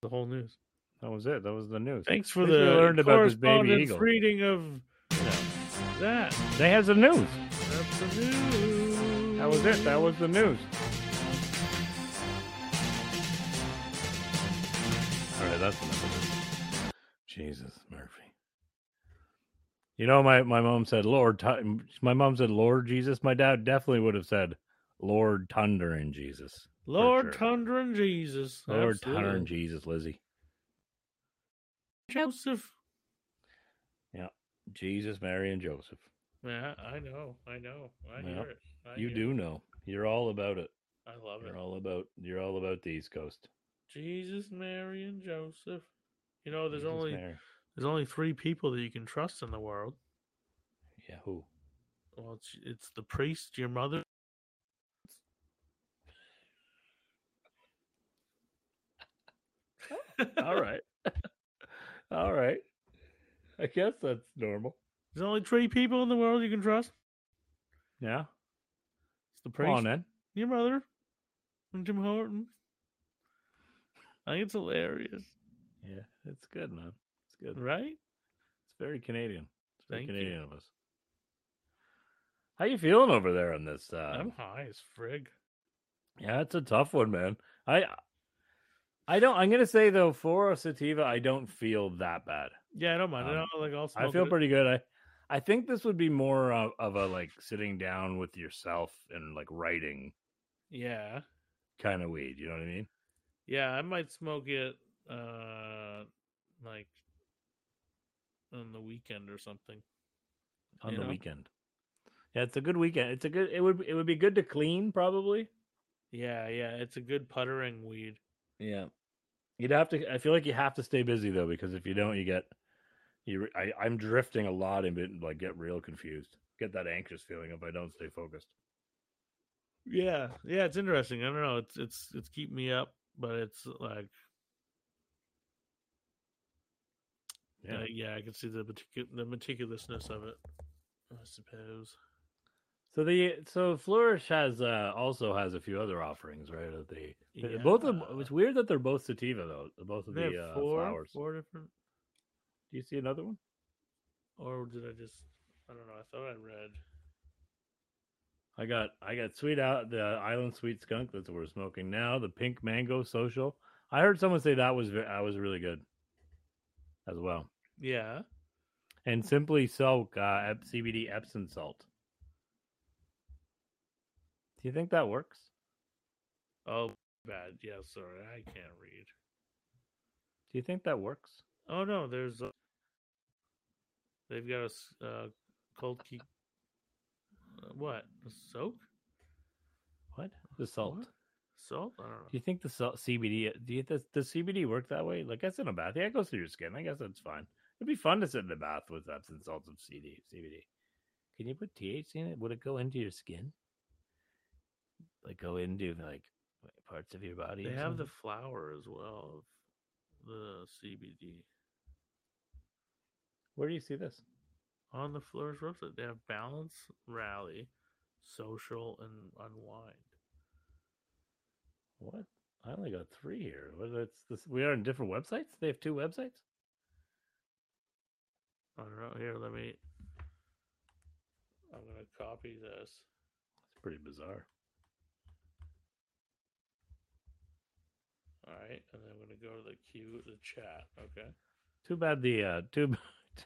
The whole news.
that was it that was the news
Thanks for
At
the
least we learned about this baby
correspondence
eagle.
reading of that.
they had some news
That's the news.
that was it that was the news All right, that's enough of this. Jesus, Murphy. You know, my, my mom said, Lord, tu-" my mom said, Lord Jesus. My dad definitely would have said, Lord Thunder and Jesus.
Lord
sure.
Thunder and Jesus.
Lord
Absolutely.
Thunder and Jesus, Lizzie.
Joseph.
Jesus, Mary, and Joseph.
Yeah, I know. I know. I
Yeah.
hear it. I
you
hear
do
it.
know. You're all about it.
I love it.
You're all about. You're all about the East Coast.
Jesus, Mary, and Joseph. You know, there's
Jesus,
only
Mary.
there's only three people that you can trust in the world.
yeah. Who?
Well, it's, it's the priest, your mother.
All right. all right. I guess that's normal.
There's only three people in the world you can trust.
Yeah.
It's the
Come
priest,
on, then.
your mother, and Jim Horton. I think it's hilarious,
Yeah, it's good, man. It's good.
right?
It's very Canadian. It's very
Thank you.
Canadian of us. How you feeling over there on this? Uh,
I'm high as frig.
Yeah, it's a tough one, man. I, I don't. I'm gonna say though, for sativa, I don't feel that bad.
Yeah, I don't mind.
Um,
I don't, like I'll
I
smoke
feel
it.
pretty good. I, I think this would be more of, of a like sitting down with yourself and like writing
Yeah,
kind of weed. You know what I mean?
yeah. I might smoke it, uh, like on the weekend or something.
On
You
the
know?
weekend. Yeah, it's a good weekend. It's a good. It would. It would be good to clean probably.
Yeah, yeah. It's a good puttering weed.
Yeah. You'd have to I feel like you have to stay busy though because if you don't you get you I I'm drifting a lot and bit like get real confused. Get that anxious feeling if I don't stay focused.
Yeah, yeah, it's interesting. I don't know. It's it's it's keeping me up, but it's like yeah,
Yeah.
yeah. I can see the meticu- the meticulousness of it. I suppose.
So the so Flourish has uh also has a few other offerings, right? That they they- both of
Yeah. uh,
it's weird that they're both sativa though, both of
They have
the uh,
four
flowers.
four different,
Do you see another one?
or did I just? I don't know. I thought I read.
I got I got sweet out the island sweet skunk that's what we're smoking now. The pink mango social. I heard someone say that was ve- that was really good, as well.
Yeah,
and simply soak uh, Ep- CBD Epsom salt. Do you think that works?
Oh, bad. Yeah, sorry. I can't read.
Do you think that works?
Oh no, there's. A, they've got a s- uh, cold key. uh, What a soak
What the salt?
What? salt? I don't
Do you think the salt CBD? Do you does, does CBD work that way? Like that's in a bath. Yeah, it goes through your skin. I guess that's fine. It'd be fun to sit in the bath with Epsom salts of CD, CBD. Can you put THC in it? Would it go into your skin? Like go into like parts of your body?
know. They
or
have the
something?
flower as well of the CBD
Where do you see this?
on the floors website. They have balance, rally, social, and unwind.
What? I only got three here. What, that's this. We are on different websites. They have two websites.
I don't know. Here, let me. I'm gonna copy this.
It's pretty bizarre.
All right, and I'm gonna go to the queue, the chat. Okay.
Too bad the uh too b-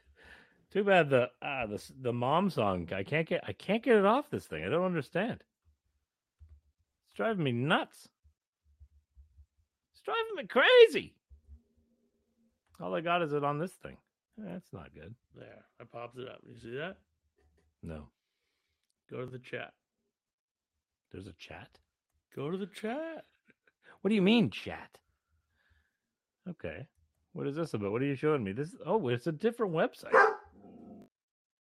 too bad the ah the s- the mom song. I can't get I can't get it off this thing. I don't understand. It's driving me nuts. It's driving me crazy. All I got is it on this thing. Eh, That's not good.
There, I popped it up. You see that?
No,
Go to the chat.
there's a chat.
Go to the chat.
What do you mean chat? Okay, what is this about? What are you showing me? This oh, it's a different website.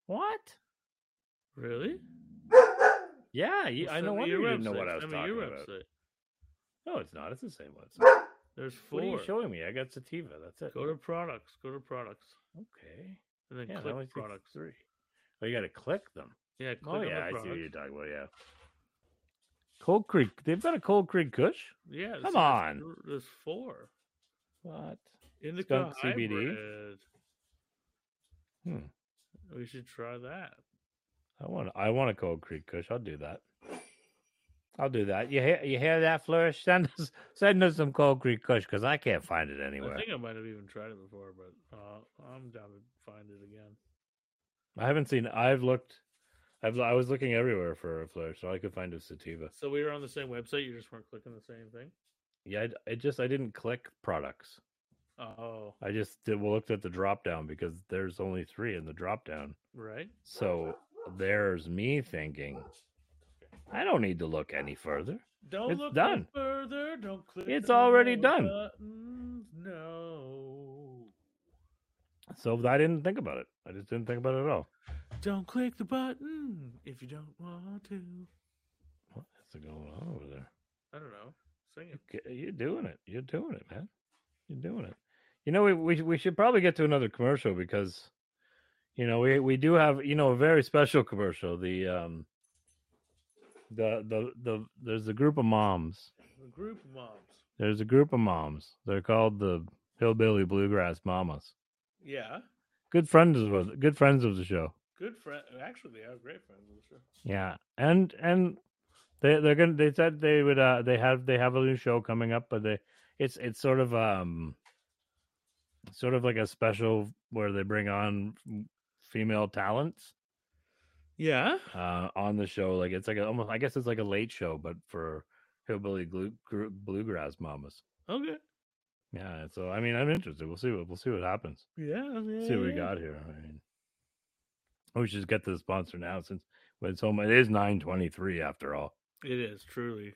What?
Really?
Yeah, you,
Well,
I
send
know.
me
Wonder
your
you didn't know
website.
what I was
Send me
talking
your
about.
website.
No, it's not. It's the same website.
There's
What are
four.
you showing me? I got sativa. That's it.
Go to products. Go to products,
okay.
and then
Yeah, I only
click
see
products.
three. Oh, you got to click them.
Yeah, click
oh
on
yeah, I
the
see what you're
products.
talking about. Yeah. Cold Creek. They've got a Cold Creek Kush.
Yeah,
Come
see,
on.
There's, there's four.
What?
Indica
Skunk CBD.
CBD.
Hmm.
We should try that.
I want. I want a Cold Creek Kush. I'll do that. I'll do that. You hear? You hear that flourish? Send us. Send us some Cold Creek Kush because I can't find it anywhere.
I think I might have even tried it before, but uh, I'm down to find it again.
I haven't seen. I've looked. I've. I was looking everywhere for a flourish. so I could find a sativa.
So we were on the same website. You just weren't clicking the same thing.
Yeah, I, d- I just I didn't click products.
Oh,
I just did, well, looked at the drop down because there's only three in the drop down.
right.
So there's me thinking, I don't need to look any further.
Don't
It's
look no
done.
further. Don't click.
It's
the
already
no
done.
buttons, No.
So I didn't think about it. I just didn't think about it at all.
Don't click the button if you don't want to.
What's going on over there?
I don't know. Sing it.
Okay, You're doing it. You're doing it, man. You're doing it. You know, we we, we should probably get to another commercial because, you know, we, we do have you know a very special commercial. The um, the the the there's a group of moms
The group of moms.
There's a group of moms. They're called the Hillbilly Bluegrass Mamas.
Yeah.
Good friends with good friends of the show.
Good friend. Actually, they are great friends. I'm sure.
Yeah, and and they they're gonna they said they would uh they have they have a new show coming up, but they it's it's sort of um sort of like a special where they bring on f- female talents
Yeah.
uh on the show. Like it's like a, almost I guess it's like a late show, but for Hillbilly glue, gr- Bluegrass Mamas.
Okay.
Yeah, and so I mean I'm interested. We'll see what we'll see what happens.
Yeah. yeah
see what we
yeah.
got here. I mean, Oh, we should get to the sponsor now since but it's almost, it is nine twenty three after all.
It is truly.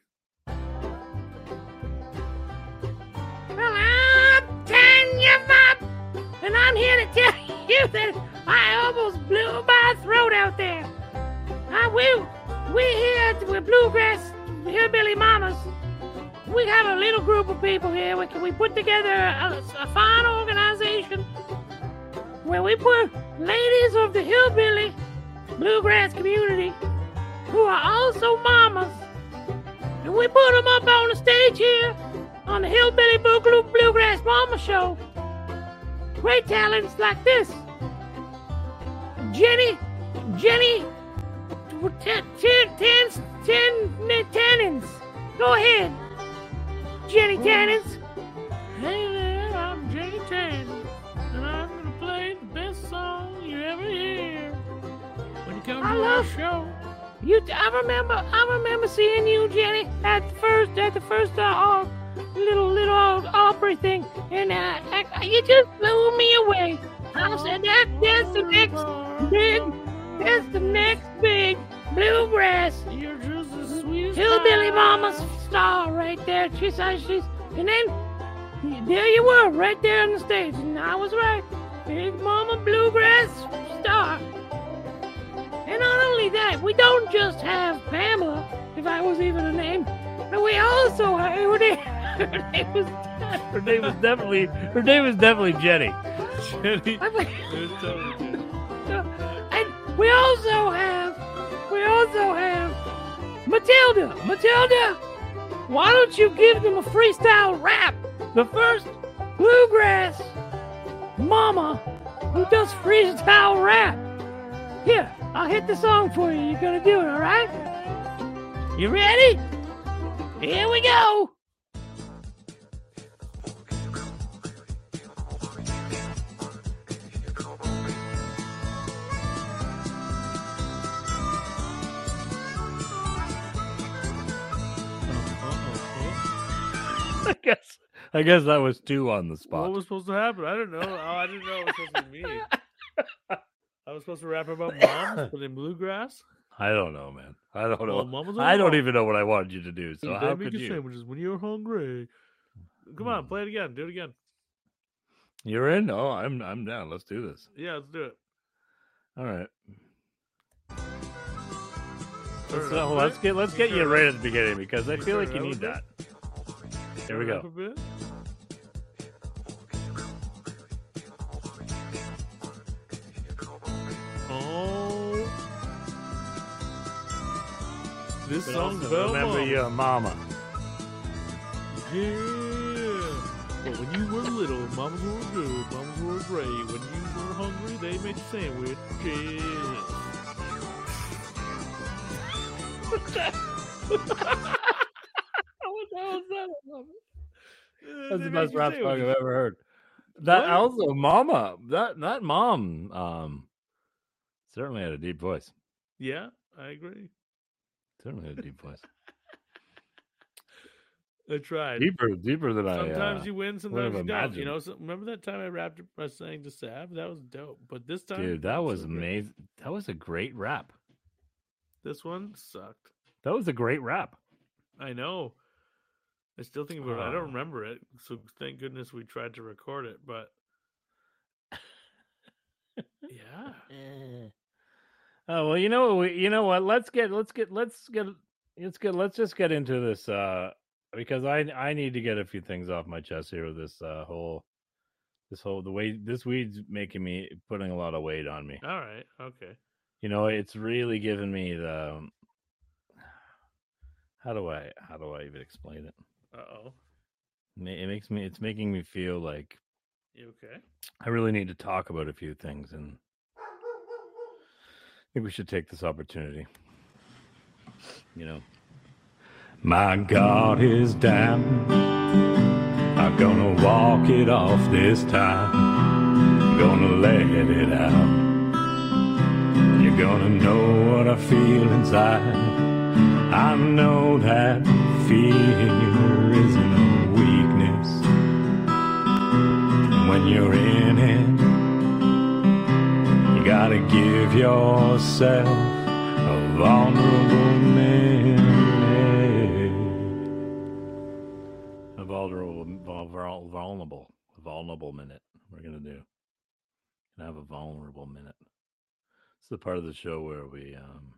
Well, I'm Tanya Bob, and I'm here to tell you that I almost blew my throat out there. I will. We're here with Bluegrass Hillbilly Mamas. We have a little group of people here. We, we put together a, a fine organization where we put ladies of the hillbilly bluegrass community who are also mamas. And we put them up on the stage here on the Hillbilly Boogaloo Bluegrass Mama Show. Great talents like this. Jenny, Jenny, ten, ten, ten, ten Tannins. Go ahead. Jenny Tannins.
Hey there, I'm Jenny Taylor, and I'm gonna play the best song you ever hear. When you come
I
to
love-
our show,
You, I remember, I remember seeing you, Jenny, at the first, at the first uh, uh, little, little uh, opera everything, and uh, I, I- you just blew me away. I said that that's the next big, that's the next big bluegrass
You're just the sweetest.
hillbilly
guy.
mama's star right there. She said she's, and then there you were, right there on the stage, and I was right. Big Mama Bluegrass star. And not only that, we don't just have Pamela, if I was even a name, but we also have, her name, her name was,
Her name was definitely her name was definitely Jenny.
Jenny,
I was-
there's totally Jenny.
And we also have, we also have Matilda. Matilda, why don't you give them a freestyle rap? The first bluegrass mama who does freestyle rap. Here, I'll hit the song for you. You're gonna do it, all right? You ready? Here we go.
I guess I guess that was two on the
What
spot.
was supposed to happen? I don't know. Oh, I didn't know it was supposed to be me. I was supposed to rap about moms, but in bluegrass.
I don't know, man. I don't
Well,
know.
mom was
I don't
involved.
even know what I wanted you to do. So
They
how
make
could
you
you?
sandwiches when you're hungry. Come on,
Hmm.
play it again. Do it again.
You're in? Oh, I'm I'm down. Let's do this.
Yeah, let's do it.
All right.
Turn
Let's,
it up
well,
a
let's
bit.
get let's get
turn
you
it
right
up.
at the beginning because I
You
feel
turn
like
it
you
up
need
a bit.
that. Here we
Turn it
go.
up a bit. Oh. This
But
song's
also
about
remember
mom.
your mama.
Yeah. But when you were little, mamas were good, mamas were great. When you were hungry, they made you sandwiches. Yeah,
That's
they
the
made
best
you
rap song I've
sandwiches.
ever heard. That
What?
also, Mama, that that mom, um, certainly had a deep voice.
Yeah, I agree.
Certainly had a deep voice.
I tried.
Deeper, deeper than I.
Sometimes
Uh,
you win, sometimes you don't.
imagined.
You know, so, remember that time I rapped, I sang to Sav? That was dope. But this time,
dude, that
not
was
so great.
amazing. That was a great rap.
This one sucked.
That was a great rap.
I know. I still think about it. I
Oh.
don't remember it. So thank goodness we tried to record it, but yeah.
Oh well, you know what? We, you know what? Let's get let's get let's get let's get let's just get into this uh because I I need to get a few things off my chest here with this uh whole this whole the way this weed's making me putting a lot of weight on me.
All right. Okay.
You know, it's really giving me the um, how do I how do I even explain it?
Uh oh.
Ma- It makes me it's making me feel like
You okay?
I really need to talk about a few things and I think we should take this opportunity. You know. My God is down. I'm gonna walk it off this time. gonna let it out. You're gonna know what I feel inside. I know that fear isn't a weakness when you're in it. You gotta give yourself a vulnerable minute. A vulnerable, vul- vul- vulnerable, vulnerable minute. We're gonna do. Gonna have a vulnerable minute. It's the part of the show where we um,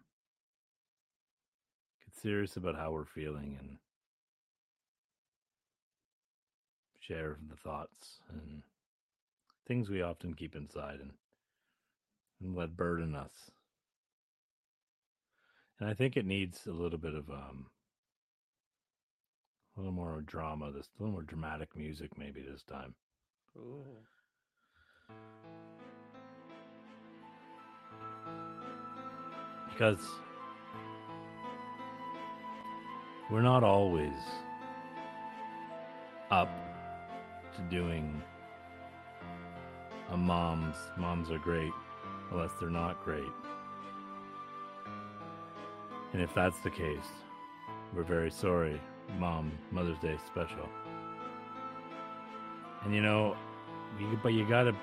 get serious about how we're feeling and share the thoughts and things we often keep inside and, and let burden us. And I think it needs a little bit of um, a little more drama, this a little more dramatic music maybe this time. Because we're not always up to doing a mom's. Moms are great, unless they're not great. And if that's the case, we're very sorry, Mom, Mother's Day special. And you know, you, but you got to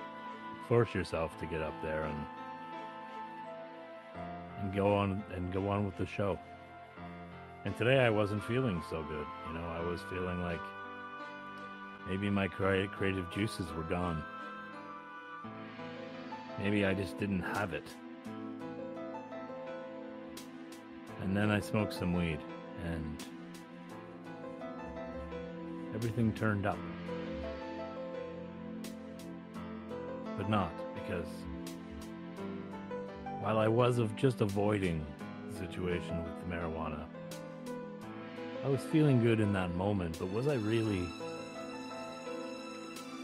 force yourself to get up there and and go on and go on with the show. And today I wasn't feeling so good. You know, I was feeling like maybe my cre- creative juices were gone. Maybe I just didn't have it. And then I smoked some weed and everything turned up. But not because while I was of just avoiding the situation with the marijuana, I was feeling good in that moment, but was I really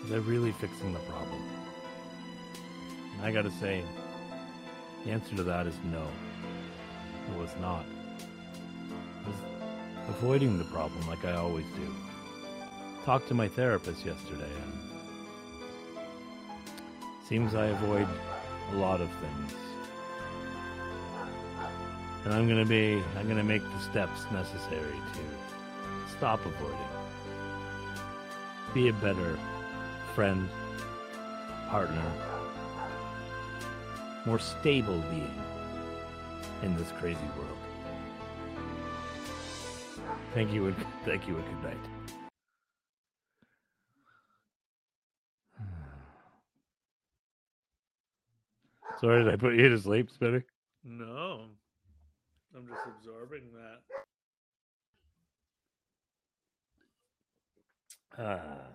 was I really fixing the problem? And I gotta say, the answer to that is no. It was not. I was avoiding the problem like I always do. Talked to my therapist yesterday and seems I avoid a lot of things. And I'm gonna be I'm gonna make the steps necessary to stop avoiding. Be a better friend, partner, more stable being in this crazy world. Thank you and thank you and good night. Sorry, did I put you to sleep, Spinner?
No, I'm just absorbing that.
Uh,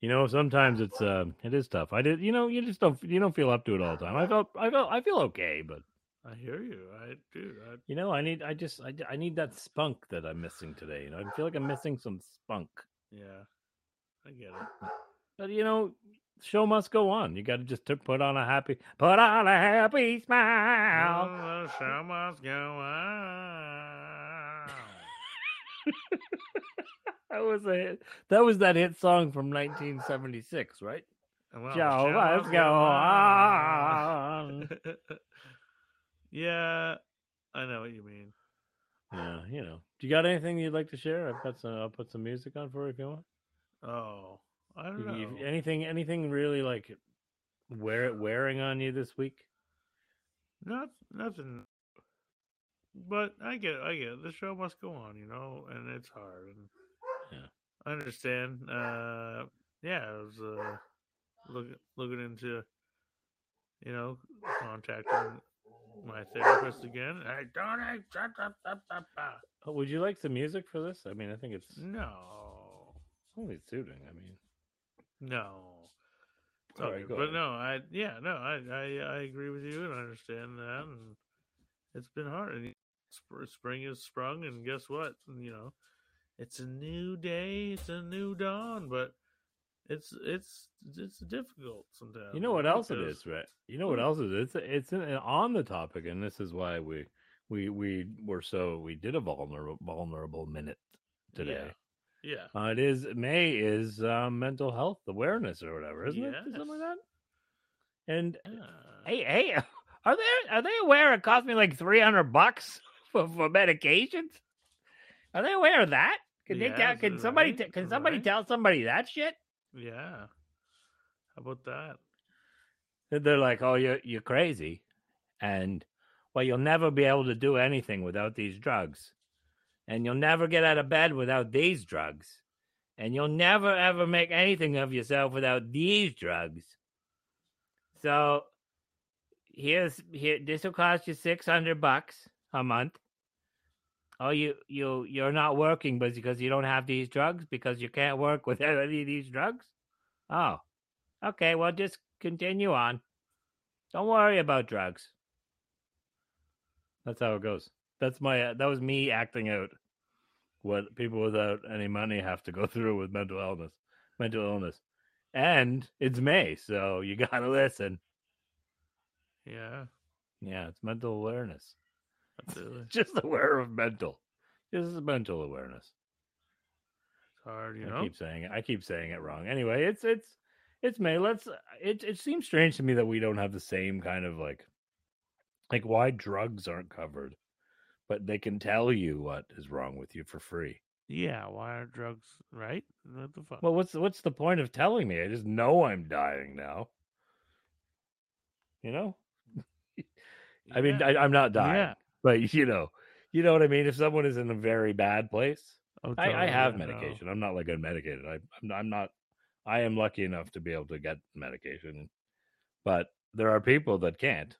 you know, sometimes it's uh, it is tough. I did, you know, you just don't you don't feel up to it all the time. I felt I felt I feel okay, but
I hear you. I do. I,
you know, I need I just I, I need that spunk that I'm missing today. You know, I feel like I'm missing some spunk.
yeah, I get it.
But you know, show must go on. You got to just to put on a happy put on a happy smile.
Oh, the show must go on.
That was a hit. that was that hit song from 1976, right?
Well, the
show must go on.
yeah, I know what you mean.
Yeah, you know. Do you got anything you'd like to share? I've got some. I'll put some music on for you if you want.
Oh, I
You-
don't
you-
know.
anything, anything really like wear it wearing on you this week?
Not nothing. But I get, it, I get. it. The show must go on, you know, and it's hard. And
Yeah.
I understand. Uh, yeah, I was uh, looking looking into, you know, contacting my therapist again. Hey, don't I- da, da, da, da, da.
Oh, would you like some music for this? I mean, I think it's
Mm. No,
only suiting. I mean,
no. It's
All
all
right,
good.
go
but
ahead.
no, I yeah, no, I, I I agree with you and I understand that, and it's been hard. And sp- spring has sprung, and guess what? You know, it's a new day, it's a new dawn, but it's it's it's difficult sometimes.
you know what else it is,
because-
right? You know what
Mm.
else it is? It's in, on the topic, and this is why we we we were so we did a vulnerable vulnerable minute today.
Yeah,
Uh, it is May is uh, mental health awareness or whatever, isn't it?
Yes.
Something like that. And
yeah.
Hey, hey, are they are they aware it cost me like three hundred bucks for, for medications? Are they aware of that? Can they tell,
Yes,
can somebody
right,
t- can somebody
right.
tell somebody that shit?
yeah. How about that?
And They're like, oh, you're you're crazy, and well, you'll never be able to do anything without these drugs, and you'll never get out of bed without these drugs, and you'll never ever make anything of yourself without these drugs. So here's here this will cost you six hundred bucks a month. Oh, you you you're not working but because you don't have these drugs because you can't work without any of these drugs. Oh, okay. Well, just continue on. Don't worry about drugs. That's how it goes. That's my uh, that was me acting out what people without any money have to go through with mental illness, mental illness, and it's May, so you gotta listen.
Yeah,
Yeah, it's mental awareness.
absolutely. it's
Just aware of mental. Just mental awareness.
hard, you
I
know.
keep saying it. I keep saying it wrong. Anyway, it's it's it's May. Let's. uh, It it seems strange to me that we don't have the same kind of like, like why drugs aren't covered, but they can tell you what is wrong with you for free.
Yeah, why are drugs right? What the fuck?
Well, what's what's the point of telling me? I just know I'm dying now. You know, I mean, I, I'm not dying,
Yeah.
but you know, you know what I mean. If someone is in a very bad place,
Oh,
I, I
totally,
have
know.
medication. I'm not like unmedicated. I, I'm, not, I'm not. I am lucky enough to be able to get medication, but there are people that can't,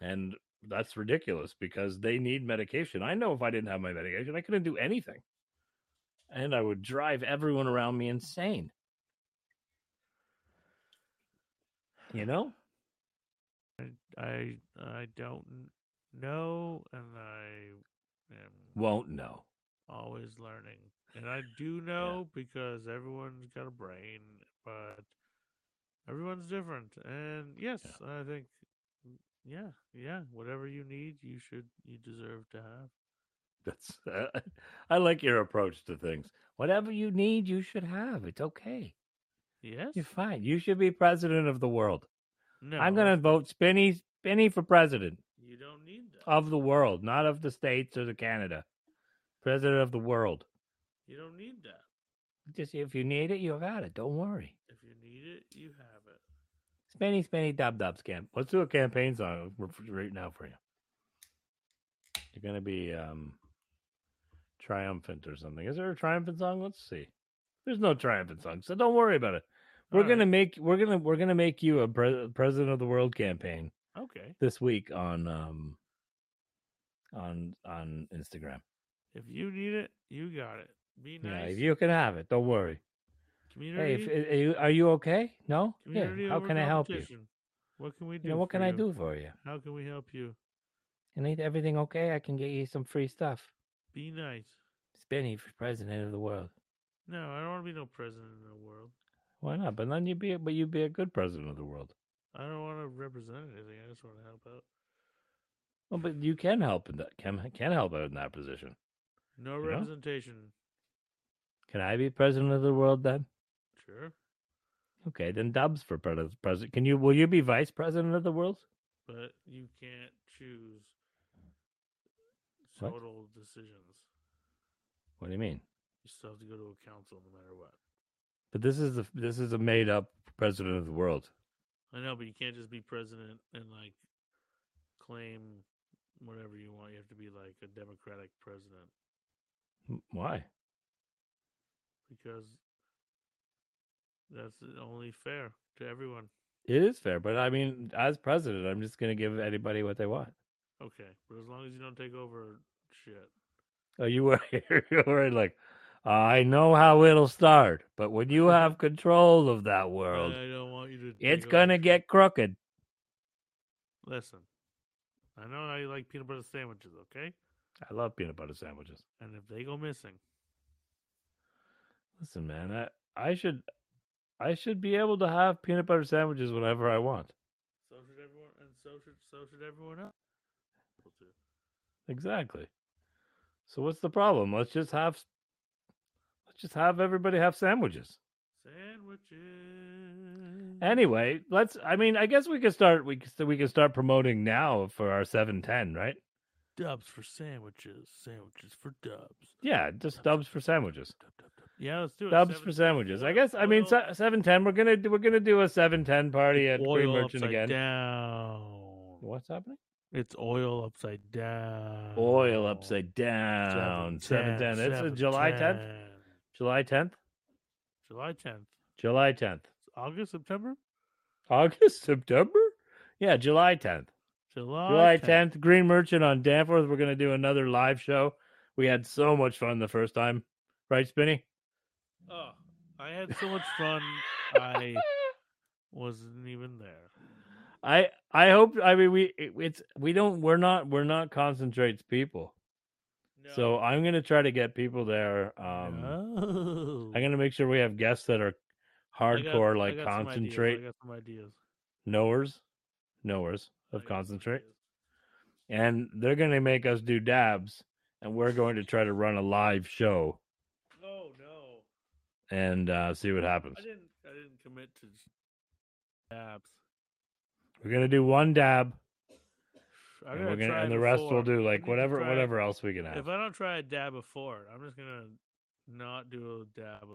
and that's ridiculous because they need medication. I know if I didn't have my medication, I couldn't do anything, and I would drive everyone around me insane. You know,
I I don't know, and I am
won't know.
always learning. And I do know because everyone's got a brain, but everyone's different. And yes, I think, mm, yeah, yeah, whatever you need, you should, you deserve to have.
That's uh, I like your approach to things. Whatever you need, you should have. It's okay.
Yes.
You're fine. You should be president of the world.
No.
I'm gonna vote Spinny Spinny for president
You don't need that.
of the world, not of the states or the Canada. President of the world.
you don't need that.
Just if you need it, you got it. Don't worry.
If you need it, you have it.
Spinny Spinny Dub Dub Scamp. Let's do a campaign song r- f- right now for you. You're gonna be um triumphant or something. Is there a triumphant song? Let's see. There's no triumphant song, so don't worry about it. We're
All
gonna make we're gonna we're gonna make you a pre- president of the world campaign
Okay.
this week on um on on Instagram.
If you need it, you got it. Be
Yeah,
nice.
if you can have it. Don't worry. Hey,
community.
if, are, you, are you okay? No. Yeah.
community
How
over
can I help you?
competition. What can we do?
You know what
for
can I do for you?
How can we help you?
You need everything okay? I can get you some free stuff.
Be nice.
Spinny for president of the world.
No, I don't want to be no president in the world.
Why not? But then you be but you be a good president of the world.
I don't want to represent anything. I just want to help out.
Well, but you can help in that can can help out in that position.
No
You know?
representation.
Can I be president of the world then?
Sure.
Okay, then Dubs for president. Can you? Will you be vice president of the world?
But you can't choose
What?
total decisions.
What do you mean?
You still have to go to a council no matter what.
But this is the this is a made up president of the world.
I know, but you can't just be president and like claim whatever you want. You have to be like a democratic president
M- Why?
because that's the only fair to everyone.
It is fair, but I mean, as president, I'm just going to give anybody what they want.
Okay, but as long as you don't take over shit.
Oh, you were you were like, I know how it'll start, but when you have control of that world,
I don't want Uh, you to.
it's
take over
going to
shit.
get crooked.
Listen, I know how you like peanut butter sandwiches, okay?
I love peanut butter sandwiches.
And if they go missing,
Listen, man, I I should I should be able to have peanut butter sandwiches whenever I want.
so should everyone, and so should so should everyone else. Well, too.
Exactly. So what's the problem? Let's just have let's just have everybody have sandwiches.
Sandwiches.
Anyway, let's I mean, I guess we could start we could- we can start promoting now for our 710, right?
Dubs for sandwiches. Sandwiches for dubs.
Yeah, just dubs for sandwiches.
Dub, dub, dub. Yeah, let's do it.
Dubs
Seven-
for sandwiches. I
boil-
guess I mean
boil-
se- 710 we're going to we're going to do a 710 party at Green
oil
Merchant
upside
again.
Down.
What's happening?
It's oil upside down.
Oil upside down. 710. It's a July 10th.
710.
July 10th.
July 10th.
July 10th.
August, September?
August, September? Yeah, July 10th.
July,
July 10th, Green Merchant on Danforth. We're going to do another live show. We had so much fun the first time. Right, Spinny?
Oh, I had so much fun. I wasn't even there.
I I hope I mean we it- it's we don't we're not we're not concentrates people. So I'm going to try to get people there um
No.
I'm going to make sure we have guests that are
I got-
hardcore
I
like
got some ideas,
concentrate
I got some ideas.
knowers knowers
I
of
got some
concentrate
ideas.
and they're going to make us do dabs and we're going to try to run a live show
Oh no.
and uh, see what happens.
I didn't I didn't commit to s- dabs.
We're gonna do one dab,
I
and
gotta
we're gonna,
try
and
it
the rest
before.
we'll do
I need
like
to
whatever
try it.
whatever else we can
If
have.
I don't try a dab before, I'm just gonna not do a dab.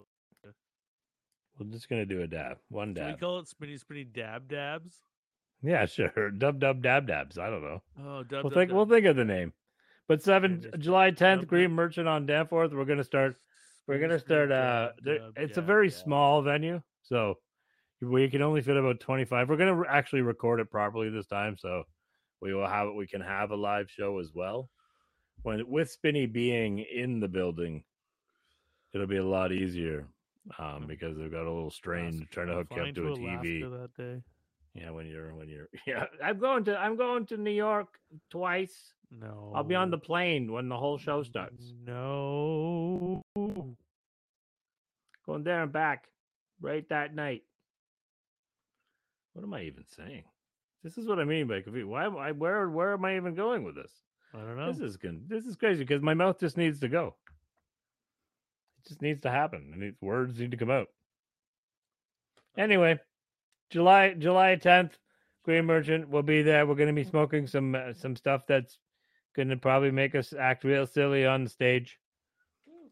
We're just gonna do a dab, one
Should we
dab.
call it spinny spinny dab dabs?
yeah, sure. Dub dub dab dabs. I don't know.
Oh, dab,
We'll
dab,
think.
dab.
We'll think of the name. But seven,
just
July tenth,
dub
Green
dab.
Merchant on Danforth. We're gonna start. We're
Spinny
gonna
spinny
start. Uh,
dab,
there,
dab,
it's a
dab,
very
dab.
small venue, so we can only fit about twenty five. We're gonna re- actually record it properly this time, so we will have we can have a live show as well. When with Spinny being in the building, it'll be a lot easier um,
Mm.
because they've got a little strain
Alaska.
trying to
I'm
hook you
flying
up to a
Alaska
TV.
that day.
Yeah, when you're when you're yeah, I'm going to I'm going to New York twice.
No,
I'll be on the plane when the whole show starts.
No,
Going there and back, right that night. What am I even saying? This is what I mean by confused. Why? am I where? Where am I even going with this?
I don't know.
This is good. This is crazy because my mouth just needs to go. It just needs to happen. And these words need to come out. Anyway, July July tenth, Green Merchant will be there. We're going to be
Mm-hmm.
smoking some uh, some stuff that's going to probably make us act real silly on the stage.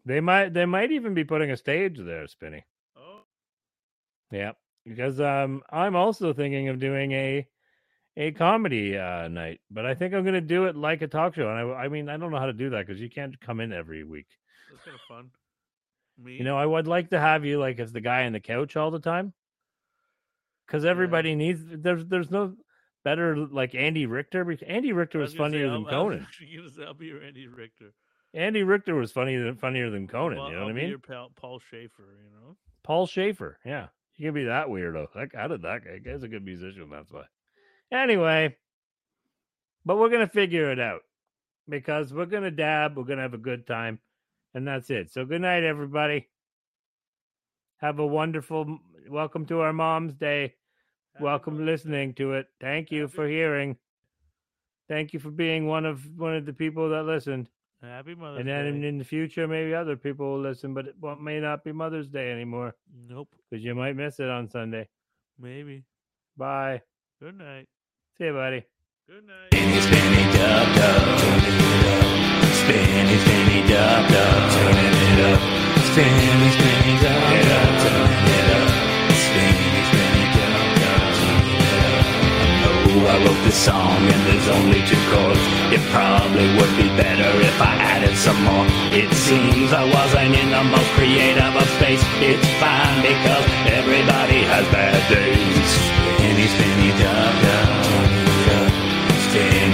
They might they might even be putting a stage there, Spinny.
Oh,
Yeah, because um, I'm also thinking of doing a a comedy uh, night, but I think I'm going to do it like a talk show. And I, I mean, I don't know how to do that because you can't come in every week.
that's kind of fun. Me,
You know, I would like to have you like as the guy on the couch all the time, because everybody needs. There's there's no better like Andy Richter. bec- Andy Richter was,
was gonna say,
funnier
I'll-
than
I was
Conan.
actually gonna say, I'll be your Andy Richter.
Andy Richter was funnier than funnier than Conan.
Well,
you know
I'll
what I
be
mean?
Your pal, Paul Schaefer, you know.
Paul Schaefer. Yeah. He can be that weirdo. That, how did that guy? Guy's a good musician. That's why. Anyway, but we're going to figure it out because we're going to dab. We're going to have a good time. And that's it. So good night, everybody. Have a wonderful welcome to our mom's day. Welcome listening to it. Thank you
Happy-
for hearing. Thank you for being one of one of the people that listened.
Happy Mother's
And then in,
Day.
in the future, maybe other people will listen, but it won't- may not be Mother's Day anymore
Nope.
because you might miss it on Sunday.
Maybe.
Bye.
Good night.
See you, buddy.
Good night.
Spinny, spinny, dub, dub, turning it up. Spinny, spinny, dub, dub, turning it up. Spinny, spinny, dub, dub, turning it up. Spinny, spinny, dub, dub, turning it up. Oh, I wrote this song and there's only two chords. It probably would be better if I added some more. It seems I wasn't in the most creative of space. It's fine because everybody has bad days. Spinny, spinny, dub, dub, turning it up. Spinny,